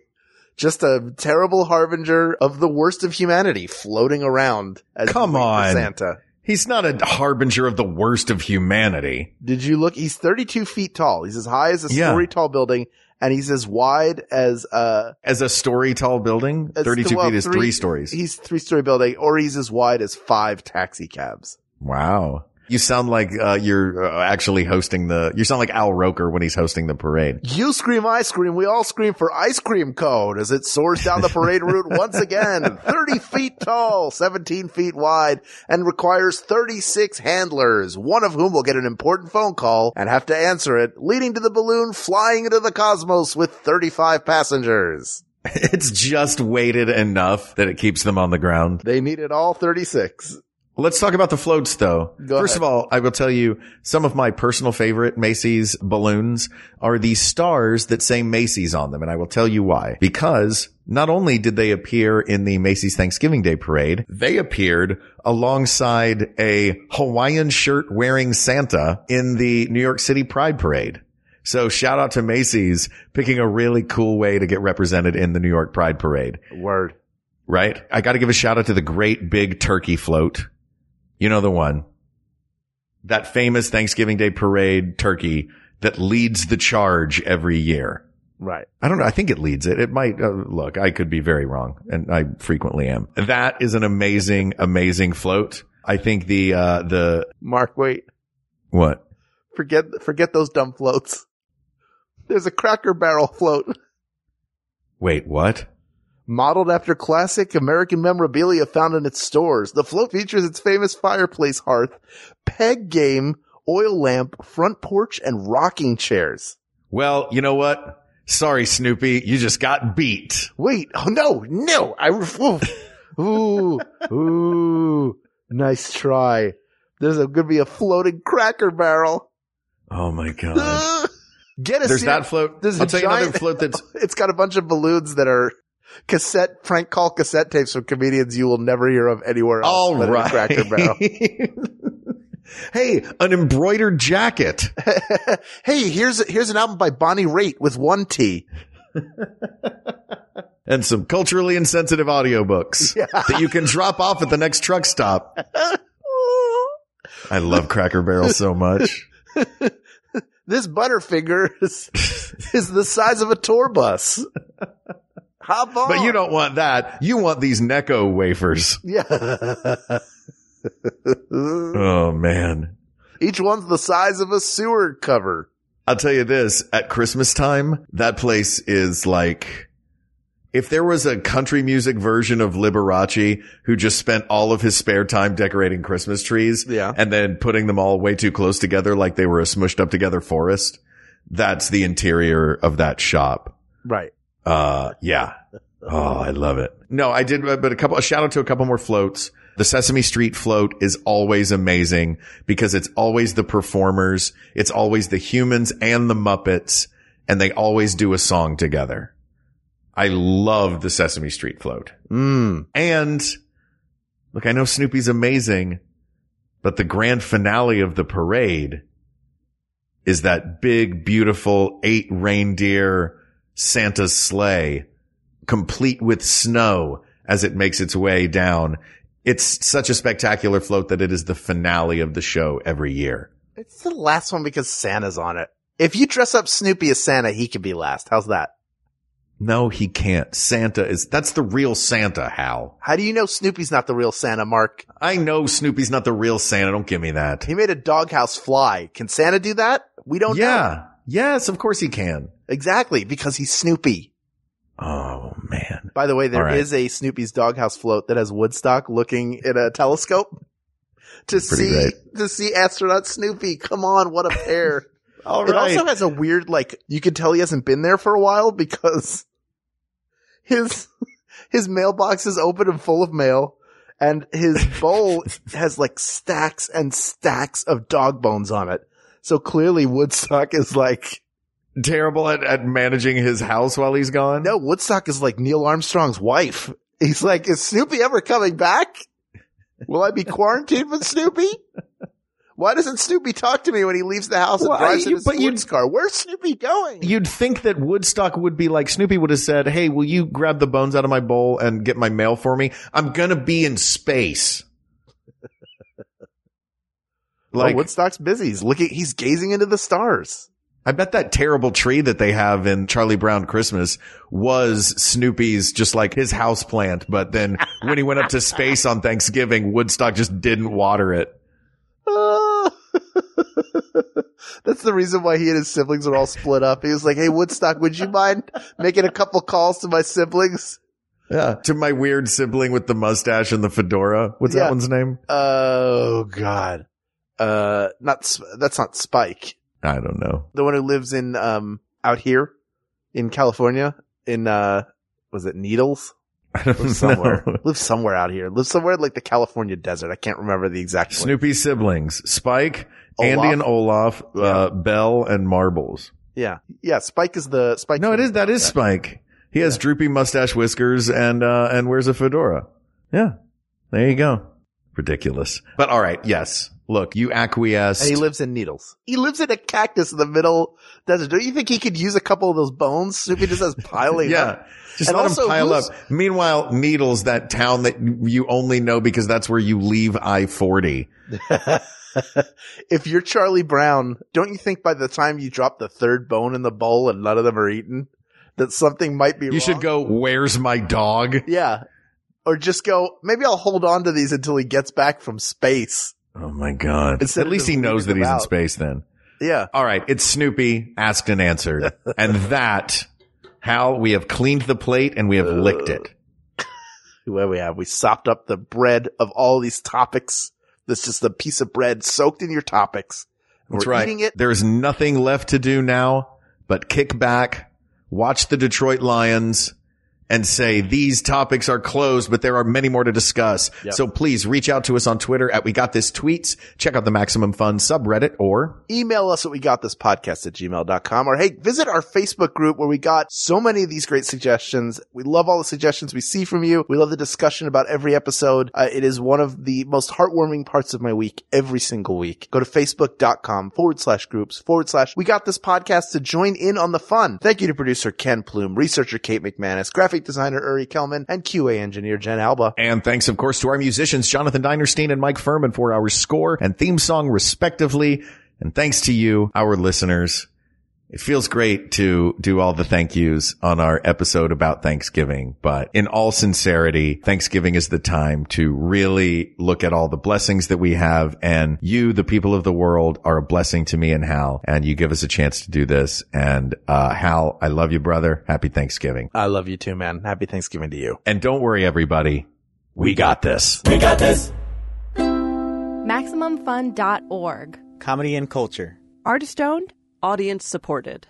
Speaker 2: Just a terrible harbinger of the worst of humanity floating around. As
Speaker 1: Come
Speaker 2: we wait for
Speaker 1: on.
Speaker 2: Santa.
Speaker 1: He's not a harbinger of the worst of humanity.
Speaker 2: Did you look? He's 32 feet tall. He's as high as a
Speaker 1: Yeah.
Speaker 2: story tall building, and he's as wide as uh,
Speaker 1: As a story tall building,
Speaker 2: as
Speaker 1: 32
Speaker 2: well,
Speaker 1: feet is three stories.
Speaker 2: He's three story building, or he's as wide as five taxi cabs.
Speaker 1: Wow. You sound like uh, you're uh, actually hosting the. You sound like Al Roker when he's hosting the parade. <laughs>
Speaker 2: You scream ice cream, we all scream for ice cream cone as it soars down the parade
Speaker 1: <laughs>
Speaker 2: route once again. 30 feet tall, 17 feet wide, and requires 36 handlers, one of whom will get an important phone call and have to answer it, leading to the balloon flying into the cosmos with 35 passengers.
Speaker 1: It's just weighted enough that it keeps them on the ground.
Speaker 2: They needed all 36.
Speaker 1: Let's talk about the floats though.
Speaker 2: Go
Speaker 1: First
Speaker 2: ahead.
Speaker 1: of all, I will tell you some of my personal favorite Macy's balloons are the stars that say Macy's on them. And I will tell you why. Because not only did they appear in the Macy's Thanksgiving Day parade, they appeared alongside a Hawaiian shirt wearing Santa in the New York City Pride Parade. So shout out to Macy's picking a really cool way to get represented in the New York Pride Parade
Speaker 2: Word.
Speaker 1: right? I got to give a shout out to the great big turkey float. You know the one. That famous Thanksgiving Day parade turkey that leads the charge every year.
Speaker 2: Right.
Speaker 1: I don't know. I think it leads it. It might uh, look, I could be very wrong and I frequently am. That is an amazing, amazing float. I think the, uh, the
Speaker 2: Mark, wait.
Speaker 1: what?
Speaker 2: Forget, forget those dumb floats. There's a cracker barrel float.
Speaker 1: Wait, what?
Speaker 2: Modeled after classic American memorabilia found in its stores, the float features its famous fireplace hearth, peg game, oil lamp, front porch, and rocking chairs.
Speaker 1: Well, you know what? Sorry, Snoopy. You just got beat.
Speaker 2: Wait, oh no, no, I ref- ooh, ooh, ooh, nice try. There's a, gonna be a floating
Speaker 1: <laughs>
Speaker 2: cracker barrel.
Speaker 1: Oh my
Speaker 2: <laughs>
Speaker 1: God.
Speaker 2: Get us
Speaker 1: There's
Speaker 2: in.
Speaker 1: that float.
Speaker 2: There's a
Speaker 1: I'll tell you another
Speaker 2: giant-
Speaker 1: float
Speaker 2: <laughs>
Speaker 1: that's
Speaker 2: It's got a bunch of balloons that are cassette prank call cassette tapes from comedians you will never hear of anywhere else.
Speaker 1: All
Speaker 2: but in a
Speaker 1: right. <laughs>
Speaker 2: Cracker Barrel.
Speaker 1: hey, an embroidered jacket.
Speaker 2: hey, here's here's an album by Bonnie Raitt with one T.
Speaker 1: And some culturally insensitive audiobooks that you can drop off at the next truck stop. I love Cracker Barrel so much.
Speaker 2: This Butterfinger <laughs> is, is the size of a tour bus. Hop on.
Speaker 1: But you don't want that. You want these Necco wafers.
Speaker 2: Yeah.
Speaker 1: Oh man.
Speaker 2: Each one's the size of a sewer cover.
Speaker 1: I'll tell you this, at Christmas time, that place is like if there was a country music version of Liberace who just spent all of his spare time decorating Christmas trees
Speaker 2: Yeah.
Speaker 1: and then putting them all way too close together like they were a smushed up together forest, that's the interior of that shop.
Speaker 2: Right.
Speaker 1: Uh, yeah. Oh, I love it. No, I did, but a couple, a shout out to a couple more floats. The Sesame Street float is always amazing because it's always the performers. It's always the humans and the Muppets and they always do a song together. I love the Sesame Street float.
Speaker 2: Mm.
Speaker 1: And look, I know Snoopy's amazing, but the grand finale of the parade is that big, beautiful eight reindeer Santa sleigh complete with snow as it makes its way down. It's such a spectacular float that it is the finale of the show every year.
Speaker 2: It's the last one because Santa's on it. If you dress up Snoopy as Santa, he could be last. How's that?
Speaker 1: No, he can't. Santa is, that's the real Santa, Hal.
Speaker 2: How do you know Snoopy's not the real Santa, Mark?
Speaker 1: I know Snoopy's not the real Santa. Don't give me that.
Speaker 2: He made a doghouse fly. Can Santa do that? We don't know.
Speaker 1: Yeah. Yes, of course he can.
Speaker 2: Exactly, because he's Snoopy.
Speaker 1: Oh man.
Speaker 2: By the way, there
Speaker 1: All
Speaker 2: is
Speaker 1: right.
Speaker 2: a Snoopy's doghouse float that has Woodstock looking in a telescope <laughs> to see
Speaker 1: great.
Speaker 2: to see astronaut Snoopy. Come
Speaker 1: <laughs>
Speaker 2: on, what a pair!
Speaker 1: All
Speaker 2: it also has a weird like you can tell he hasn't been there for a while because <laughs> his his mailbox is open and full of mail. And
Speaker 1: <laughs>
Speaker 2: his bowl has like stacks and stacks of dog bones on it. So clearly Woodstock is like,
Speaker 1: terrible at, at managing his house while he's gone?
Speaker 2: No, Woodstock is like Neil Armstrong's wife. He's like, is Snoopy ever coming back? Will I be quarantined with Snoopy? Why doesn't Snoopy talk to me when he leaves the house
Speaker 1: Well,
Speaker 2: and drives
Speaker 1: I-
Speaker 2: in his
Speaker 1: but you-
Speaker 2: sports car? Where's Snoopy going?
Speaker 1: You'd think that Woodstock would be like Snoopy would have said, Hey, will you grab the bones out of my bowl and get my mail for me? I'm going to be in
Speaker 2: <laughs>
Speaker 1: space.
Speaker 2: like
Speaker 1: like,
Speaker 2: Woodstock's busy. He's looking. He's gazing into the stars. <laughs>
Speaker 1: I bet that terrible tree that they have in Charlie Brown Christmas was Snoopy's just like his house plant. But then when he went up to space on Thanksgiving, Woodstock just didn't water it.
Speaker 2: Ah. That's the reason why he and his siblings are all split up. He was like, "Hey Woodstock, would you mind making a couple calls to my siblings?"
Speaker 1: Yeah. To my weird sibling with the mustache and the fedora. What's
Speaker 2: Yeah.
Speaker 1: that one's name?
Speaker 2: Oh God, uh, not Sp- that's not Spike,
Speaker 1: I don't know. <laughs>
Speaker 2: the one who lives in um out here in California in uh was
Speaker 1: <laughs>
Speaker 2: it Needles
Speaker 1: I don't know.
Speaker 2: lives somewhere lives somewhere out here lives somewhere in, like the California desert. I can't remember the exact one.
Speaker 1: Snoopy's siblings, Spike,
Speaker 2: Olaf?
Speaker 1: Andy and Olaf, uh, Bell and Marbles.
Speaker 2: Yeah, yeah. Spike is the Spike.
Speaker 1: No, it is, that is Spike. He has droopy mustache whiskers and, uh, and wears a fedora. Yeah. There you go. Ridiculous. But all right. Yes. Look, you acquiesced.
Speaker 2: And he lives in needles. He lives in a cactus in the middle desert. Don't you think he could use a couple of those bones? Snoopy just has
Speaker 1: <laughs>
Speaker 2: piling
Speaker 1: yeah.
Speaker 2: up.
Speaker 1: Just
Speaker 2: And
Speaker 1: let
Speaker 2: also,
Speaker 1: him pile
Speaker 2: who's-
Speaker 1: up. Meanwhile, Needles, that town that you only know because that's where you leave I-40.
Speaker 2: If you're Charlie Brown, don't you think by the time you drop the third bone in the bowl and none of them are eaten, that something might be
Speaker 1: You should go, where's my dog?
Speaker 2: Yeah. Or just go, maybe I'll hold on to these until he gets back from space.
Speaker 1: Oh my God.
Speaker 2: Instead
Speaker 1: At
Speaker 2: of
Speaker 1: least
Speaker 2: just
Speaker 1: he knows that
Speaker 2: leaving
Speaker 1: he's
Speaker 2: them
Speaker 1: in
Speaker 2: out.
Speaker 1: space then.
Speaker 2: Yeah.
Speaker 1: All right. It's Snoopy asked and answered.
Speaker 2: <laughs>
Speaker 1: and that, Hal, we have cleaned the plate and we have licked it.
Speaker 2: Where we have, we sopped up the bread of all these topics. That's just a piece of bread soaked in your topics.
Speaker 1: That's
Speaker 2: We're
Speaker 1: right.
Speaker 2: eating it.
Speaker 1: There is nothing left to do now but kick back, watch the Detroit Lions and say these topics are closed, but there are many more to discuss. So please reach out to us on Twitter at we got this tweets. Check out the maximum fun subreddit or
Speaker 2: email us at we got this podcast at gmail.com or hey visit our facebook group where we got so many of these great suggestions we love all the suggestions we see from you we love the discussion about every episode uh, it is one of the most heartwarming parts of my week every single week go to facebook.com forward slash groups forward slash we got this podcast to join in on the fun thank you to producer ken plume researcher kate mcmanus graphic designer uri kelman and qa engineer jen alba
Speaker 1: And thanks, of course, to our musicians, Jonathan Dinerstein and Mike Furman for our score and theme song, respectively. And thanks to you, our listeners. It feels great to do all the thank yous on our episode about Thanksgiving, but in all sincerity, Thanksgiving is the time to really look at all the blessings that we have. And you, the people of the world, are a blessing to me and Hal. And you give us a chance to do this. And, uh, Hal, I love you, brother. Happy Thanksgiving.
Speaker 2: i love you too man happy thanksgiving to you
Speaker 1: And don't worry, everybody. We got this.
Speaker 5: We got this.
Speaker 8: MaximumFun.org.
Speaker 9: Comedy and culture.
Speaker 8: Artist owned,
Speaker 10: Audience supported.